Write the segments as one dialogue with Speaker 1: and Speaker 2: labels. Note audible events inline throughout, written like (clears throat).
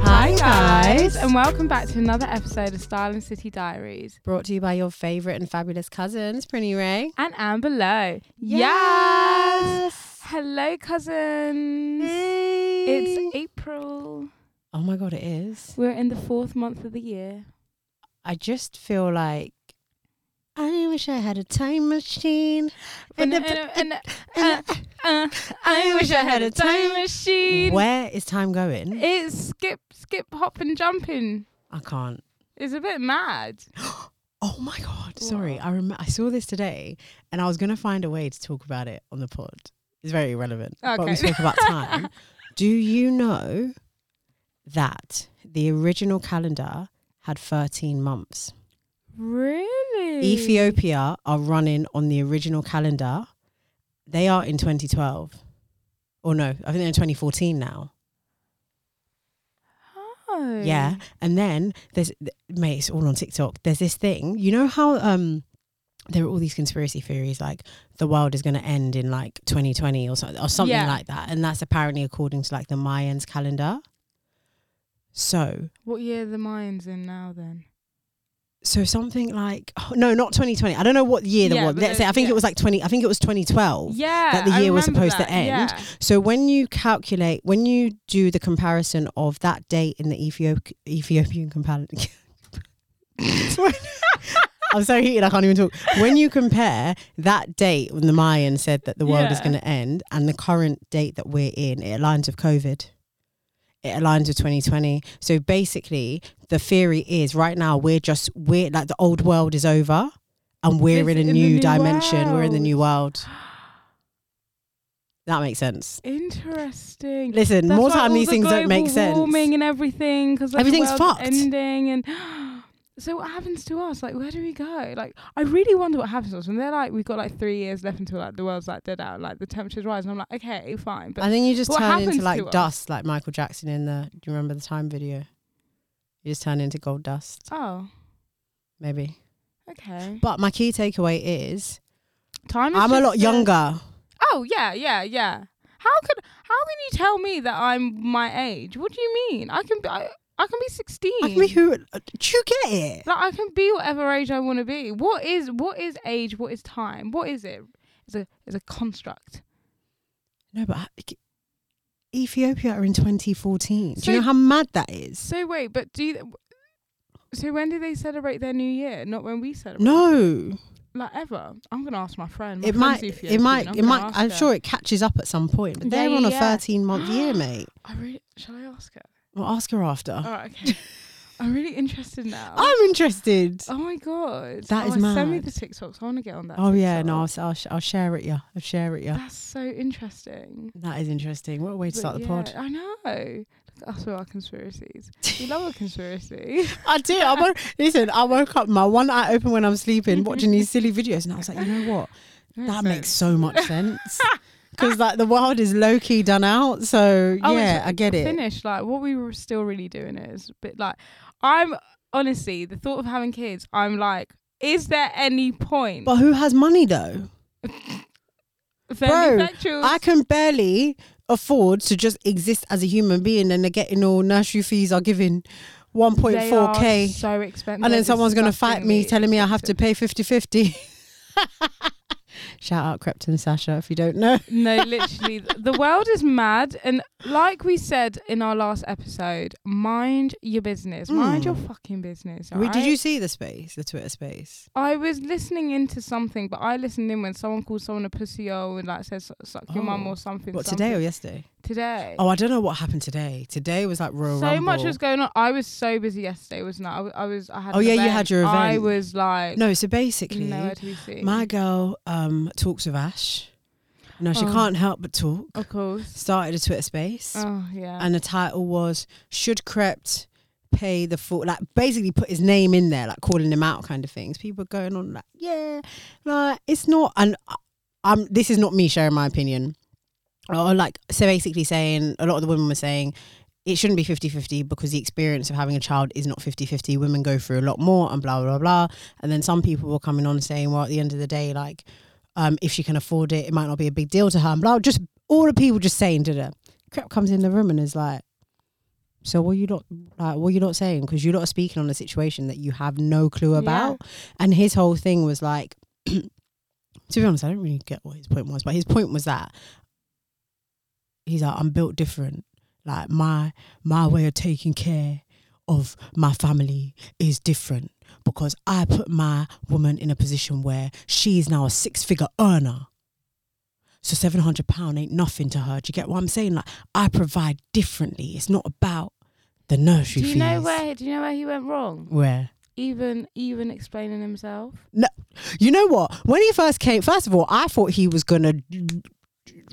Speaker 1: Hi guys, and welcome back to another episode of Style and City Diaries
Speaker 2: Brought to you by your favorite and fabulous cousins, Prinny Ray.
Speaker 1: and Amber Lowe. Hello, cousins. It's April.
Speaker 2: oh my god, it is.
Speaker 1: We're in the fourth month of the year.
Speaker 2: I just feel like I wish I had a time machine.
Speaker 1: And,
Speaker 2: a-
Speaker 1: and, and,
Speaker 2: and
Speaker 1: uh,
Speaker 2: (laughs)
Speaker 1: uh, I wish I had a time machine.
Speaker 2: Where is time going?
Speaker 1: It's skip, skip, hop, and jumping.
Speaker 2: I can't.
Speaker 1: It's a bit mad.
Speaker 2: Oh my god, sorry. I rem- I saw this today, and I was gonna find a way to talk about it on the pod. It's very irrelevant. But
Speaker 1: Okay.
Speaker 2: we spoke about time. Do you know that the original calendar had 13 months?
Speaker 1: Really?
Speaker 2: Ethiopia are running on the original calendar. They are in 2012. Or no, I think they're in 2014 now.
Speaker 1: Oh.
Speaker 2: Yeah. And then there's, th- mate, it's all on TikTok. There's this thing. You know how um there are all these conspiracy theories like the world is going to end in like 2020 or something, or something
Speaker 1: Yeah.
Speaker 2: like that. And that's apparently according to like the Mayans calendar. So,
Speaker 1: What year are the Mayans in now then?
Speaker 2: so something like, oh, no, not 2020. I don't know what year
Speaker 1: Yeah,
Speaker 2: that was.
Speaker 1: but
Speaker 2: Let's say,
Speaker 1: the-
Speaker 2: I think
Speaker 1: yeah.
Speaker 2: it was like 20, I think it was 2012.
Speaker 1: Yeah.
Speaker 2: Oh, the
Speaker 1: I
Speaker 2: year was
Speaker 1: remember
Speaker 2: supposed to
Speaker 1: that.
Speaker 2: end.
Speaker 1: Yeah.
Speaker 2: So when you calculate, when you do the comparison of that date in the Ethiop- Ethiopian comparison, (laughs) I'm so heated I can't even talk. When you compare that date when the Mayan said that the world is
Speaker 1: Yeah.
Speaker 2: going to end and the current date that we're in, it aligns with COVID. It aligns with 2020. So basically, the theory is right now we're just we're like the old world is over, and we're
Speaker 1: This-
Speaker 2: in a
Speaker 1: in the
Speaker 2: new,
Speaker 1: new
Speaker 2: dimension. We're in the
Speaker 1: world.
Speaker 2: new world. That makes sense.
Speaker 1: Interesting.
Speaker 2: Listen,
Speaker 1: That's
Speaker 2: more
Speaker 1: why
Speaker 2: time
Speaker 1: all
Speaker 2: these
Speaker 1: the
Speaker 2: things don't make
Speaker 1: global
Speaker 2: sense.
Speaker 1: Warming and everything because
Speaker 2: Everything's
Speaker 1: the world's
Speaker 2: fucked.
Speaker 1: Ending and (gasps) so what happens to us? Like, where do we go? Like, I really wonder what happens to us. And they're like, we've got like three years left until like the world's like dead out, like the temperatures rise. And I'm like, okay, fine, but
Speaker 2: I think you just
Speaker 1: what
Speaker 2: turn
Speaker 1: happens
Speaker 2: into
Speaker 1: to
Speaker 2: like
Speaker 1: us?
Speaker 2: dust, like Michael Jackson in the. Do you remember the time video? You just turn into gold dust,
Speaker 1: oh,
Speaker 2: maybe.
Speaker 1: okay.
Speaker 2: But my key takeaway is
Speaker 1: Time. Is
Speaker 2: I'm a
Speaker 1: just
Speaker 2: lot
Speaker 1: a-
Speaker 2: younger.
Speaker 1: Oh yeah, yeah, yeah. How could how can you tell me that I'm my age? What do you mean? I can be I, I can be sixteen.
Speaker 2: I mean, who? Do you get it?
Speaker 1: Like I can be whatever age I want to be. What is what is age? What is time? What is it? It's a it's a construct.
Speaker 2: No, but I- Ethiopia are in 2014. Do
Speaker 1: So-
Speaker 2: you know how mad that is?
Speaker 1: So wait, but do you, so when do they celebrate their new year? Not when we celebrate.
Speaker 2: No,
Speaker 1: like ever. I'm gonna ask my friend. My
Speaker 2: it
Speaker 1: friend's
Speaker 2: might,
Speaker 1: Ethiopian,
Speaker 2: it might,
Speaker 1: I'm
Speaker 2: it
Speaker 1: gonna
Speaker 2: might.
Speaker 1: ask
Speaker 2: I'm
Speaker 1: her.
Speaker 2: sure it catches up at some point. But
Speaker 1: Yeah,
Speaker 2: they're on
Speaker 1: yeah,
Speaker 2: a
Speaker 1: yeah.
Speaker 2: 13 month year, mate.
Speaker 1: I really shall I ask her?
Speaker 2: Well, ask her after.
Speaker 1: All right, okay. (laughs) I'm really
Speaker 2: (laughs)
Speaker 1: interested now.
Speaker 2: I'm interested.
Speaker 1: oh my god,
Speaker 2: That
Speaker 1: oh,
Speaker 2: is
Speaker 1: Send me
Speaker 2: mad.
Speaker 1: the TikToks. I want to get on that.
Speaker 2: Oh yeah, no,
Speaker 1: TikTok.
Speaker 2: I'll, s- I'll, sh- I'll share it. Yeah, I'll share it.
Speaker 1: (laughs)
Speaker 2: Yeah,
Speaker 1: That's so interesting.
Speaker 2: that is interesting. What a way to
Speaker 1: But
Speaker 2: start the
Speaker 1: yeah,
Speaker 2: pod.
Speaker 1: I know. Look at us with our conspiracies.
Speaker 2: (laughs)
Speaker 1: We love a conspiracy.
Speaker 2: I do. I woke, listen, I woke up my one eye open when I'm sleeping, watching these silly videos, and I was like, you know what? That makes so much sense because like the world is low key done out. So
Speaker 1: Oh,
Speaker 2: yeah,
Speaker 1: it's
Speaker 2: I get it.
Speaker 1: Finish. Like what we were still really doing is, but like, I'm honestly the thought of having kids. I'm like, is there any point? (laughs)
Speaker 2: But who has money though? bro,
Speaker 1: Manufacturers-
Speaker 2: I can barely afford to just exist as a human being, and they're getting all nursery fees are giving
Speaker 1: they
Speaker 2: 1.4k.
Speaker 1: are So expensive.
Speaker 2: and then someone's going to fight me
Speaker 1: Disgustingly
Speaker 2: telling me I have to
Speaker 1: expensive.
Speaker 2: pay 50 50. (laughs) Shout out Crepton Sasha if you don't know.
Speaker 1: (laughs) No, literally, th- the world is mad. And like we said in our last episode, mind your business. Mind
Speaker 2: Mm.
Speaker 1: your fucking business.
Speaker 2: Wait, Did
Speaker 1: alright?
Speaker 2: you see the space, the Twitter space?
Speaker 1: I was listening into something, but I listened in when someone called someone a pussy hole and like says suck your mum
Speaker 2: Oh.
Speaker 1: or something.
Speaker 2: What,
Speaker 1: something.
Speaker 2: today or yesterday?
Speaker 1: today?
Speaker 2: Oh, I don't know what happened today. Today was like Royal
Speaker 1: so
Speaker 2: Rumble.
Speaker 1: much was going on. I was so busy yesterday, wasn't I? I w- I was. I had.
Speaker 2: Oh,
Speaker 1: an
Speaker 2: yeah, you had your
Speaker 1: I
Speaker 2: event.
Speaker 1: was like
Speaker 2: no, so basically,
Speaker 1: nowhere to be seen.
Speaker 2: my girl um talks with Ash. No, she
Speaker 1: Oh.
Speaker 2: can't help but talk.
Speaker 1: of course.
Speaker 2: Started a Twitter space,
Speaker 1: Oh yeah.
Speaker 2: and the title was "Should Crept Pay the Full?" Like basically, put his name in there, like calling him out, kind of things. People going on like, "Yeah, like it's not." And I- I'm this is not me sharing my opinion. Or like so, basically saying a lot of the women were saying it shouldn't be 50-50 because the experience of having a child is not 50-50 women go through a lot more and blah blah blah and then some people were coming on saying well at the end of the day like um, if she can afford it it might not be a big deal to her and blah just all the people just saying to her crap comes in the room and is like so what you not like what you not saying because you're not speaking on a situation that you have no clue
Speaker 1: Yeah.
Speaker 2: about and his whole thing was like (clears throat) to be honest i don't really get what his point was but his point was that he's like i'm built different like my my way of taking care of my family is different because i put my woman in a position where she is now a six figure earner so 700 pound ain't nothing to her do you get what i'm saying like i provide differently it's not about the nursery
Speaker 1: do you
Speaker 2: fees
Speaker 1: know where? Do you know where he went wrong?
Speaker 2: where
Speaker 1: Even even explaining himself.
Speaker 2: You know what? When he first came, first of all, I thought he was gonna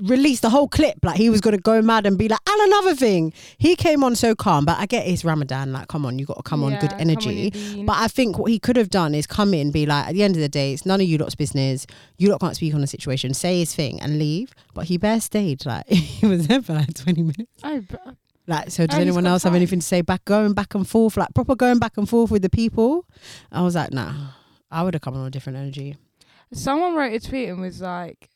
Speaker 2: release the whole clip, like he was gonna go mad and be like, and another thing. He came on so calm, but I get it's Ramadan, like, come on, you gotta come on,
Speaker 1: Yeah,
Speaker 2: good
Speaker 1: come
Speaker 2: energy.
Speaker 1: you bean.
Speaker 2: but I think what he could have done is come in, be like, at the end of the day, it's none of you lot's business. You lot can't speak on the situation. Say his thing and leave. But he bare stayed. Like (laughs) he was there for like twenty minutes.
Speaker 1: Oh, but-
Speaker 2: Like, so does
Speaker 1: Oh, he's
Speaker 2: anyone
Speaker 1: got
Speaker 2: else have
Speaker 1: time.
Speaker 2: anything to say? Back going back and forth, like proper going back and forth with the people. I was like, nah, I would have come on a different energy.
Speaker 1: Someone wrote a tweet and was like,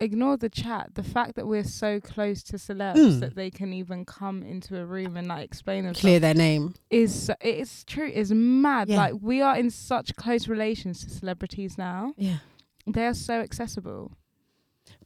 Speaker 1: "Ignore the chat. The fact that we're so close to celebs
Speaker 2: Mm.
Speaker 1: that they can even come into a room and like explain themselves
Speaker 2: clear their name.
Speaker 1: is it's true. Is mad.
Speaker 2: Yeah.
Speaker 1: Like we are in such close relations to celebrities now.
Speaker 2: Yeah.
Speaker 1: They are so accessible.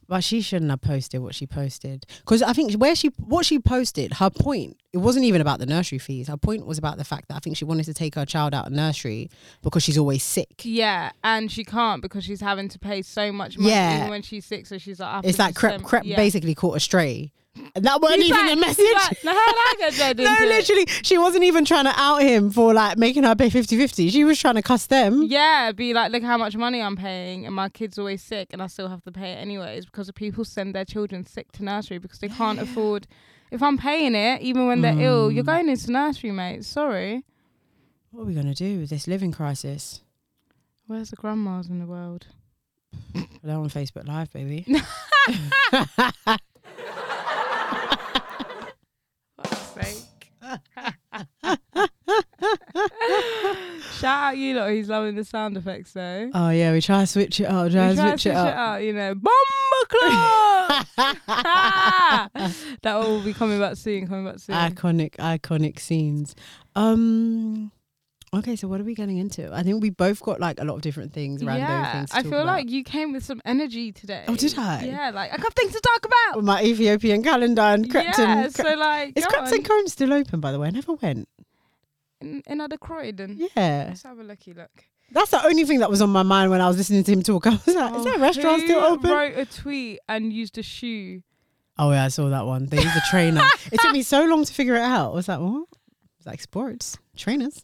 Speaker 2: But she shouldn't have posted what she posted because I think where she what she posted, her point it wasn't even about the nursery fees. Her point was about the fact that I think she wanted to take her child out of nursery because she's always sick.
Speaker 1: Yeah, and she can't because she's having to pay so much money
Speaker 2: Yeah.
Speaker 1: even when she's sick. So she's like, I have
Speaker 2: It's
Speaker 1: to
Speaker 2: like crep,
Speaker 1: send-
Speaker 2: crep
Speaker 1: yeah.
Speaker 2: basically caught astray. And that wasn't
Speaker 1: He's
Speaker 2: even
Speaker 1: like-
Speaker 2: a
Speaker 1: he's
Speaker 2: message.
Speaker 1: like, "Now how did
Speaker 2: (laughs)
Speaker 1: I get dragged
Speaker 2: no,
Speaker 1: into it?"
Speaker 2: literally, she wasn't even trying to out him for like making her pay 50-50. She was trying to cuss them.
Speaker 1: Yeah, be like, look how much money I'm paying, and my kid's always sick, and I still have to pay it anyways because people send their children sick to nursery because they can't afford. If I'm paying it, even when they're ill, you're
Speaker 2: Mm.
Speaker 1: going into nursery, mate. Sorry.
Speaker 2: What are we gonna do with this living crisis?
Speaker 1: Where's the grandmas in the world?
Speaker 2: They're on Facebook Live,
Speaker 1: (laughs)
Speaker 2: baby. (laughs)
Speaker 1: (laughs) Shout out you lot who's loving the sound effects though.
Speaker 2: Oh yeah, we try to switch it up. Try,
Speaker 1: We
Speaker 2: to
Speaker 1: try to
Speaker 2: switch it up.
Speaker 1: you know. Bomba
Speaker 2: (laughs)
Speaker 1: club! that will be coming back soon, coming back soon.
Speaker 2: iconic iconic scenes um okay so what are we getting into i think we both got like a lot of different things random things to
Speaker 1: I
Speaker 2: talk
Speaker 1: feel
Speaker 2: about.
Speaker 1: like you came with some energy today.
Speaker 2: Oh, did I?
Speaker 1: Yeah, like I got things to talk about.
Speaker 2: With my ethiopian calendar and crepton
Speaker 1: yeah,
Speaker 2: Crep-
Speaker 1: so like
Speaker 2: is
Speaker 1: go
Speaker 2: crepton
Speaker 1: on.
Speaker 2: Cone still open by the way i never went
Speaker 1: In- another Croydon.
Speaker 2: yeah
Speaker 1: Let's have a lucky look.
Speaker 2: that's the only thing that was on my mind when i was listening to him talk (laughs) i was like is
Speaker 1: Oh,
Speaker 2: that restaurant
Speaker 1: who
Speaker 2: still open
Speaker 1: Wrote a tweet and used a shoe.
Speaker 2: oh yeah i saw that one they used a trainer
Speaker 1: (laughs)
Speaker 2: it took me so long to figure it out i was like what It's like sports trainers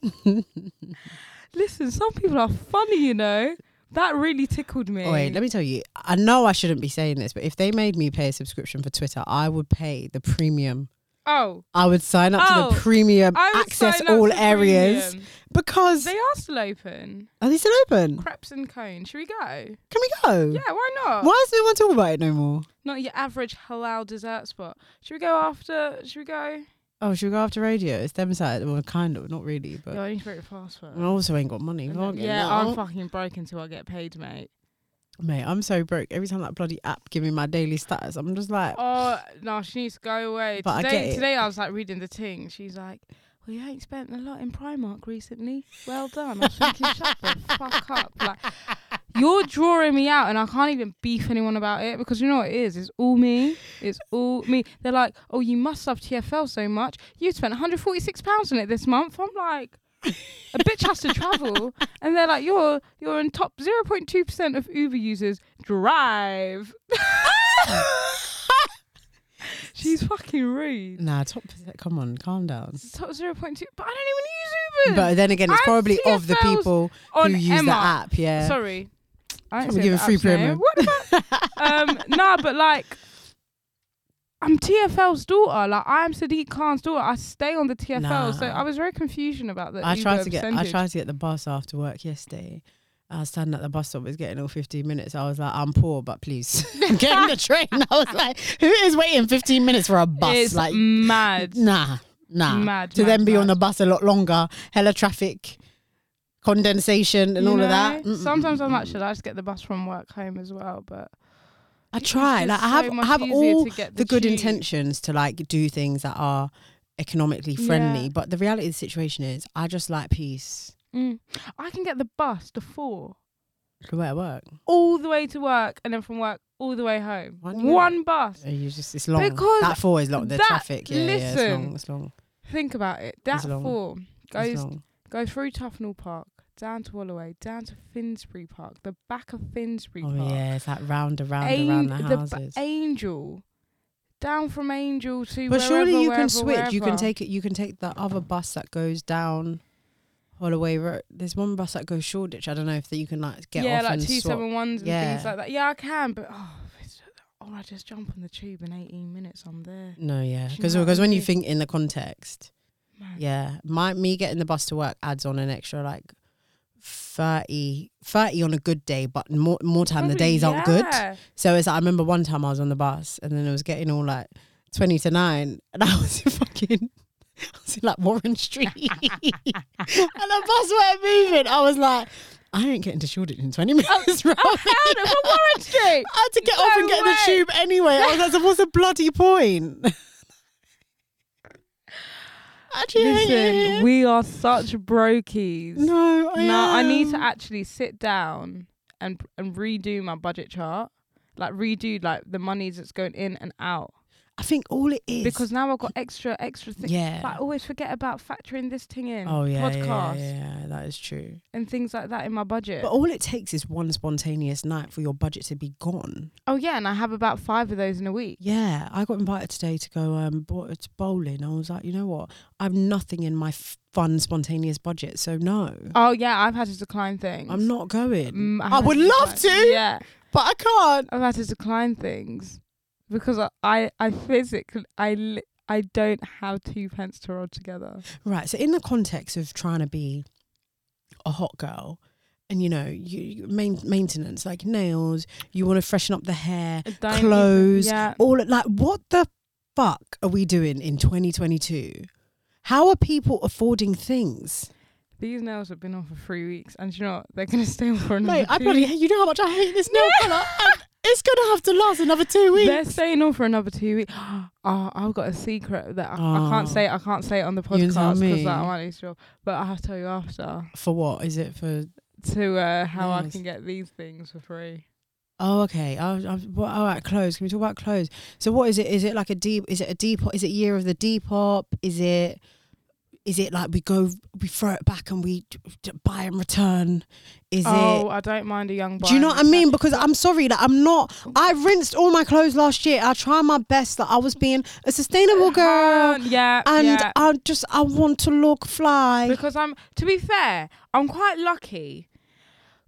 Speaker 1: Listen, some people are funny, you know. That really tickled me.
Speaker 2: Oh, wait, let me tell you. I know I shouldn't be saying this, but if they made me pay a subscription for Twitter, I would pay the premium.
Speaker 1: oh,
Speaker 2: I would sign up to
Speaker 1: Oh,
Speaker 2: the premium
Speaker 1: I would
Speaker 2: access
Speaker 1: sign up
Speaker 2: all
Speaker 1: for
Speaker 2: areas
Speaker 1: premium.
Speaker 2: because
Speaker 1: They are still open.
Speaker 2: are they still open?
Speaker 1: Creps and cone. Should we go?
Speaker 2: Can we go?
Speaker 1: Yeah, why not?
Speaker 2: Why is no one talking about it no more?
Speaker 1: Not your average halal dessert spot. Should we go after? Should we go?
Speaker 2: Oh, should we go after radio? It's them side. Well, kind of, not really, but
Speaker 1: Yeah, I need to write a password.
Speaker 2: I also ain't got money.
Speaker 1: And then-
Speaker 2: Fucking
Speaker 1: yeah,
Speaker 2: hell.
Speaker 1: I'm fucking broke until I get paid, mate.
Speaker 2: mate. I'm so broke. Every time that bloody app give me my daily status, I'm just like, (laughs)
Speaker 1: Oh no, she needs to go away.
Speaker 2: But I
Speaker 1: today,
Speaker 2: get it.
Speaker 1: today I was like reading the thing. She's like, "Well, you ain't spent a lot in Primark recently. Well done." I was thinking, "Shut
Speaker 2: (laughs)
Speaker 1: the fuck up!" Like you're drawing me out, and I can't even beef anyone about it because you know what it is. It's all me. It's all me. They're like, "Oh, you must love TFL so much. You spent 146 pounds on it this month." I'm like. a bitch has
Speaker 2: (laughs)
Speaker 1: to travel, and they're like, "You're you're in top 0.2 percent
Speaker 2: (laughs)
Speaker 1: of Uber users drive." She's fucking rude.
Speaker 2: Nah, top percent. Come on, calm down.
Speaker 1: Top zero point two, but I don't even use Uber.
Speaker 2: But then again, it's
Speaker 1: I'm
Speaker 2: probably of the
Speaker 1: TFLs
Speaker 2: people
Speaker 1: on
Speaker 2: who use
Speaker 1: Emma.
Speaker 2: the app. Yeah.
Speaker 1: Sorry, I
Speaker 2: Probably
Speaker 1: ain't saying
Speaker 2: give
Speaker 1: the
Speaker 2: a free
Speaker 1: app's name.
Speaker 2: promo.
Speaker 1: What
Speaker 2: (laughs)
Speaker 1: about um nah but like I'm TFL's daughter. Like I'm Sadiq Khan's daughter. I stay on the TFL, so
Speaker 2: Nah.
Speaker 1: I was very confusion about that.
Speaker 2: I tried to get I tried to get the bus after work yesterday. I was standing at the bus stop, it was getting all 15 minutes. I was like, I'm poor, but please (laughs) get in the train. I was like, who is waiting 15 minutes for a bus?
Speaker 1: It's
Speaker 2: like, (laughs)
Speaker 1: mad.
Speaker 2: nah, nah.
Speaker 1: Mad,
Speaker 2: to
Speaker 1: mad,
Speaker 2: then be on
Speaker 1: mad.
Speaker 2: the bus a lot longer, hella traffic, condensation, and
Speaker 1: You
Speaker 2: all
Speaker 1: know?
Speaker 2: of that. Mm-mm.
Speaker 1: Sometimes I'm like, should I just get the bus from work home as well? But
Speaker 2: I try.
Speaker 1: just
Speaker 2: Like, I
Speaker 1: so
Speaker 2: have, I
Speaker 1: much
Speaker 2: have
Speaker 1: easier
Speaker 2: all
Speaker 1: to get
Speaker 2: the
Speaker 1: the
Speaker 2: good
Speaker 1: tube.
Speaker 2: intentions to like do things that are economically friendly,
Speaker 1: Yeah.
Speaker 2: but the reality of the situation is, I just like peace.
Speaker 1: mm, I can get the bus to four
Speaker 2: The way I work,
Speaker 1: all the way to work, and then from work all the way home.
Speaker 2: Why do
Speaker 1: One,
Speaker 2: you do that?
Speaker 1: bus.
Speaker 2: Are you just it's long.
Speaker 1: Because
Speaker 2: that four is long. The
Speaker 1: that-
Speaker 2: traffic, yeah, yeah, it's long.
Speaker 1: listen.
Speaker 2: It's long.
Speaker 1: Think about it. That
Speaker 2: long.
Speaker 1: four
Speaker 2: It's
Speaker 1: goes
Speaker 2: long.
Speaker 1: Go through Tufnell Park, down to Holloway, down to Finsbury Park, the back of Finsbury
Speaker 2: Oh
Speaker 1: Park.
Speaker 2: yeah, it's like round around
Speaker 1: An-
Speaker 2: around the
Speaker 1: the ba-
Speaker 2: houses.
Speaker 1: Angel, down from Angel to.
Speaker 2: but surely
Speaker 1: wherever,
Speaker 2: you
Speaker 1: wherever,
Speaker 2: can switch. You can
Speaker 1: wherever.
Speaker 2: take it. You can take the other bus that goes down Holloway Road. There's one bus that goes Shoreditch. I don't know if that you can like get
Speaker 1: yeah,
Speaker 2: off
Speaker 1: like
Speaker 2: and
Speaker 1: two
Speaker 2: swap.
Speaker 1: seven ones and
Speaker 2: Yeah.
Speaker 1: things like that. Yeah, I can, but oh, it's, or I just jump on the tube in eighteen minutes. I'm there.
Speaker 2: No, yeah,
Speaker 1: Do you
Speaker 2: because
Speaker 1: know what I
Speaker 2: when you
Speaker 1: mean?
Speaker 2: think in the context,
Speaker 1: Man.
Speaker 2: yeah, my me getting the bus to work adds on an extra like 30, 30 on a good day, but more more time the
Speaker 1: Probably,
Speaker 2: days aren't good.
Speaker 1: yeah.
Speaker 2: So it's like, I remember one time I was on the bus and then it was getting all like twenty to nine, and I (laughs) was in fucking. I was in like Warren
Speaker 1: (laughs)
Speaker 2: Street, and the bus weren't moving. I was like, I ain't getting to Shoreditch in twenty minutes. right?
Speaker 1: Oh, hell no, but Warren Street.
Speaker 2: (laughs) I had to get off
Speaker 1: No
Speaker 2: and get
Speaker 1: way.
Speaker 2: the tube anyway. I was like, so what's the bloody
Speaker 1: (laughs)
Speaker 2: point? (laughs) Actually,
Speaker 1: Listen, we are such brokies.
Speaker 2: no, I
Speaker 1: No, I need to
Speaker 2: am.
Speaker 1: actually sit down and and redo my budget chart, like redo like the monies that's going in and out.
Speaker 2: I think all it is
Speaker 1: Because now I've got extra extra things.
Speaker 2: yeah.
Speaker 1: I always forget about factoring this thing in.
Speaker 2: oh yeah, yeah, yeah,
Speaker 1: podcast
Speaker 2: yeah, that is true.
Speaker 1: and things like that in my budget.
Speaker 2: But all it takes is one spontaneous night for your budget to be gone.
Speaker 1: oh yeah, and I have about five of those in a week.
Speaker 2: Yeah, I got invited today to go um bo- to bowling. I was like, you know what? I've nothing in my f- fun spontaneous budget, so no,
Speaker 1: Oh yeah, I've had to decline things.
Speaker 2: I'm not going.
Speaker 1: Mm,
Speaker 2: I
Speaker 1: have
Speaker 2: would love
Speaker 1: decline-
Speaker 2: to.
Speaker 1: Yeah,
Speaker 2: But I can't.
Speaker 1: I've had to decline things because I I, I physically I li- I don't have two pence to roll together.
Speaker 2: Right. So in the context of trying to be a hot girl and you know, you, you main, maintenance like nails, you want to freshen up the hair,
Speaker 1: I don't even-
Speaker 2: clothes,
Speaker 1: yeah.
Speaker 2: all like what the fuck are we doing in 2022? How are people affording things?
Speaker 1: These nails have been on for three weeks, and do you know what? They're gonna stay on for another.
Speaker 2: Mate, I
Speaker 1: two
Speaker 2: bloody
Speaker 1: weeks.
Speaker 2: hate, you know how much I hate this nail colour. and it's gonna have to last another two weeks.
Speaker 1: They're staying on for another two weeks. (gasps) Oh, I've got a secret that I, I can't
Speaker 2: Oh.
Speaker 1: say. I can't say it on the
Speaker 2: You
Speaker 1: podcast
Speaker 2: didn't tell
Speaker 1: because
Speaker 2: me.
Speaker 1: like, I might lose sure. But I'll tell you after
Speaker 2: for what is it for?
Speaker 1: to uh, how I
Speaker 2: Nice.
Speaker 1: can get these things for free.
Speaker 2: Oh, okay. I, I, what, all right, clothes. Can we talk about clothes? So, what is it? Is it like a deep? Is it a depop? Is it year of the depop? Is it? Is it like we go, we throw it back and we d- d- buy and return? Is
Speaker 1: oh,
Speaker 2: it?
Speaker 1: I don't mind a young.
Speaker 2: Do you know
Speaker 1: buyer
Speaker 2: what I mean?
Speaker 1: myself.
Speaker 2: Because I'm sorry, like I'm not. I rinsed all my clothes last year. I tried my best. Like I was being a sustainable girl,
Speaker 1: Um, yeah,
Speaker 2: and
Speaker 1: yeah.
Speaker 2: I just I want to look fly.
Speaker 1: because I'm. To be fair, I'm quite lucky.